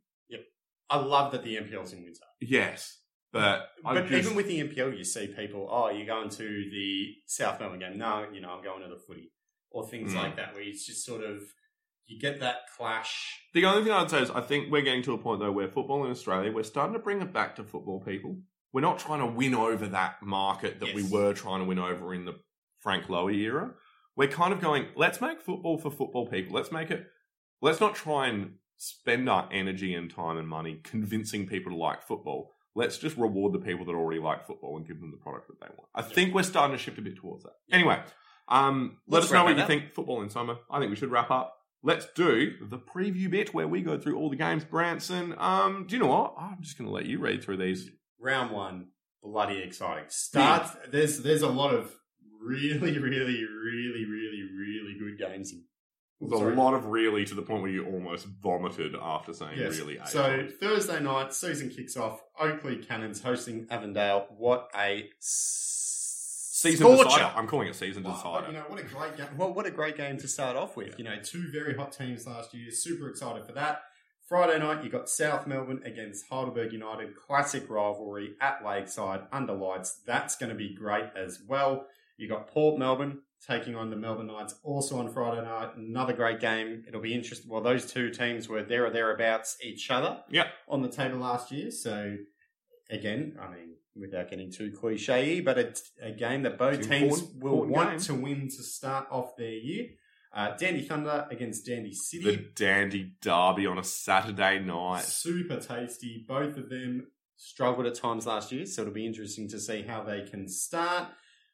B: I love that the MPL's in winter.
A: Yes, but I
B: but
A: just,
B: even with the MPL, you see people, oh, you're going to the South Melbourne game. No, you know, I'm going to the footy. Or things
A: Mm.
B: like that, where it's just sort of, you get that clash.
A: The only thing I'd say is I think we're getting to a point though where football in Australia, we're starting to bring it back to football people. We're not trying to win over that market that we
B: Yes.
A: were trying to win over in the Frank Lowy era. We're kind of going, let's make football for football people. Let's make it let's not try and spend our energy and time and money convincing people to like football. Let's just reward the people that already like football and give them the product that they want. I think we're starting to shift a bit towards that. Anyway, um, let
B: Let's
A: us know
B: wrap
A: what
B: it
A: you
B: up.
A: think. Football in summer. I think we should wrap up. Let's do the preview bit where we go through all the games. Branson, um, do you know what? I'm just going to let you read through these.
B: Round one, bloody exciting. Starts, there's, there's a lot of really, really, really, really, really good games in
A: There's a
B: Sorry.
A: lot of really to the point where you almost vomited after saying
B: Yes.
A: really. eight
B: So
A: times.
B: Thursday night season kicks off. Oakley Cannons hosting Avondale. What a s-
A: season
B: scorcher.
A: decider. I'm calling it season
B: Wow,
A: decider.
B: you know what a great game. Well, what a great game to start off with.
A: Yeah.
B: You know, two very hot teams last year. Super excited for that. Friday night, you got South Melbourne against Heidelberg United. Classic rivalry at Lakeside under lights. That's going to be great as well. You got Port Melbourne taking on the Melbourne Knights also on Friday night. Another great game. It'll be interesting. Well, those two teams were there or thereabouts each other
A: Yeah.
B: on the table last year. So, again, I mean, without getting too cliche but it's a game that both
A: It's an
B: teams
A: important-
B: will
A: important
B: want
A: game.
B: to win to start off their year. Uh, Dandy Thunder against Dandy City.
A: the dandy derby on a Saturday night.
B: Super tasty. Both of them struggled at times last year, so it'll be interesting to see how they can start.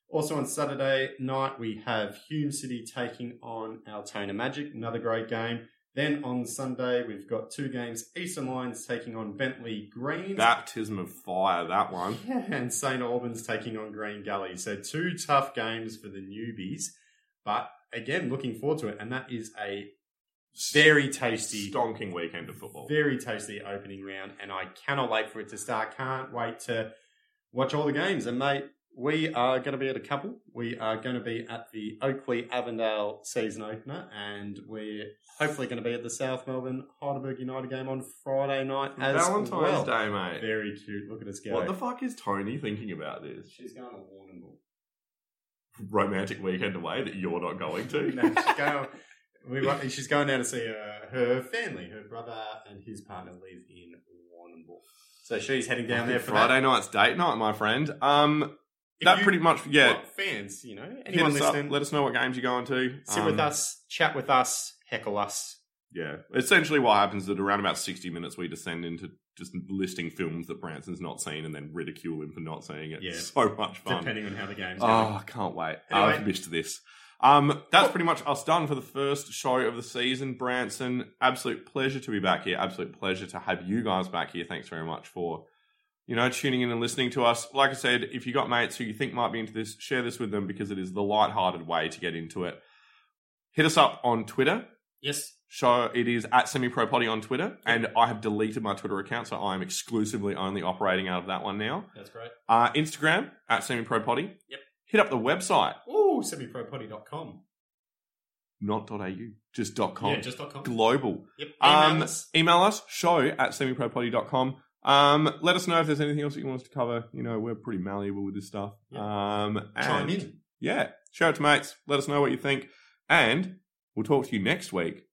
B: Also on Saturday night, we have Hume City taking on Altona Magic, another great game. Then on Sunday, we've got two games Eastern Lions taking on Bentley Greens.
A: Baptism of fire, that one.
B: Yeah, and St. Albans taking on Green Gully. So two tough games for the newbies, but again, looking forward to it. And that is a very tasty,
A: Stonking weekend of football.
B: very tasty opening round. And I cannot wait for it to start. Can't wait to watch all the games. And mate, we are going to be at a couple. We are going to be at the Oakley Avondale season opener, and we're hopefully going to be at the South Melbourne Heidelberg United game on Friday night as
A: Valentine's
B: well.
A: Day, mate.
B: Very cute. Look at us go.
A: What the fuck is Tony thinking about this?
B: She's going to Warrnambool.
A: Romantic weekend away that you're not going to?
B: no, she's going. We want, she's going down to see uh, her family. Her brother and his partner live in Warrnambool, so she's heading down there for
A: Friday
B: That.
A: night's date night, my friend. Um,
B: If
A: that
B: you
A: pretty much, yeah.
B: want fans, you know,
A: Hit
B: anyone
A: us up.
B: listening,
A: Let us know what games you're going to.
B: sit
A: Um,
B: with us, chat with us, heckle us.
A: Yeah. Essentially, what happens is that around about 60 minutes, we descend into just listing films that Branson's not seen and then ridicule him for not seeing it.
B: Yeah.
A: So much fun.
B: Depending on how the game's going.
A: Oh, I can't wait.
B: Anyway.
A: I've missed this. Um, that's
B: Oh.
A: pretty much us done for the first show of the season, Branson. Absolute pleasure to be back here. Absolute pleasure to have you guys back here. Thanks very much for, you know, tuning in and listening to us. Like I said, if you got mates who you think might be into this, share this with them because it is the lighthearted way to get into it. Hit us up on Twitter.
B: yes,
A: Show it is at semi pro potty on Twitter, and I have deleted my Twitter account, so I am exclusively only operating out of that one now.
B: that's great.
A: Uh, Instagram at semi pro potty.
B: Yep.
A: Hit up the website
B: Ooh, semipropotty.com.
A: not.au, just .com.
B: Yeah, just dot .com.
A: global.
B: Yep.
A: Um,
B: Email us.
A: Email us, show at semipropotty.com. Um, let us know if there's anything else that you want us to cover. You know, we're pretty malleable with this stuff.
B: Yep.
A: Um, and
B: Chime in.
A: Yeah, share it to mates. Let us know what you think. And we'll talk to you next week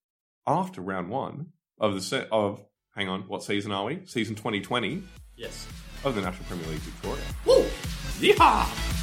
A: after round one of the se- of, hang on, what season are we? Season 2020
B: Yes.
A: of the National Premier League Victoria.
B: Woo!
A: Yeehaw!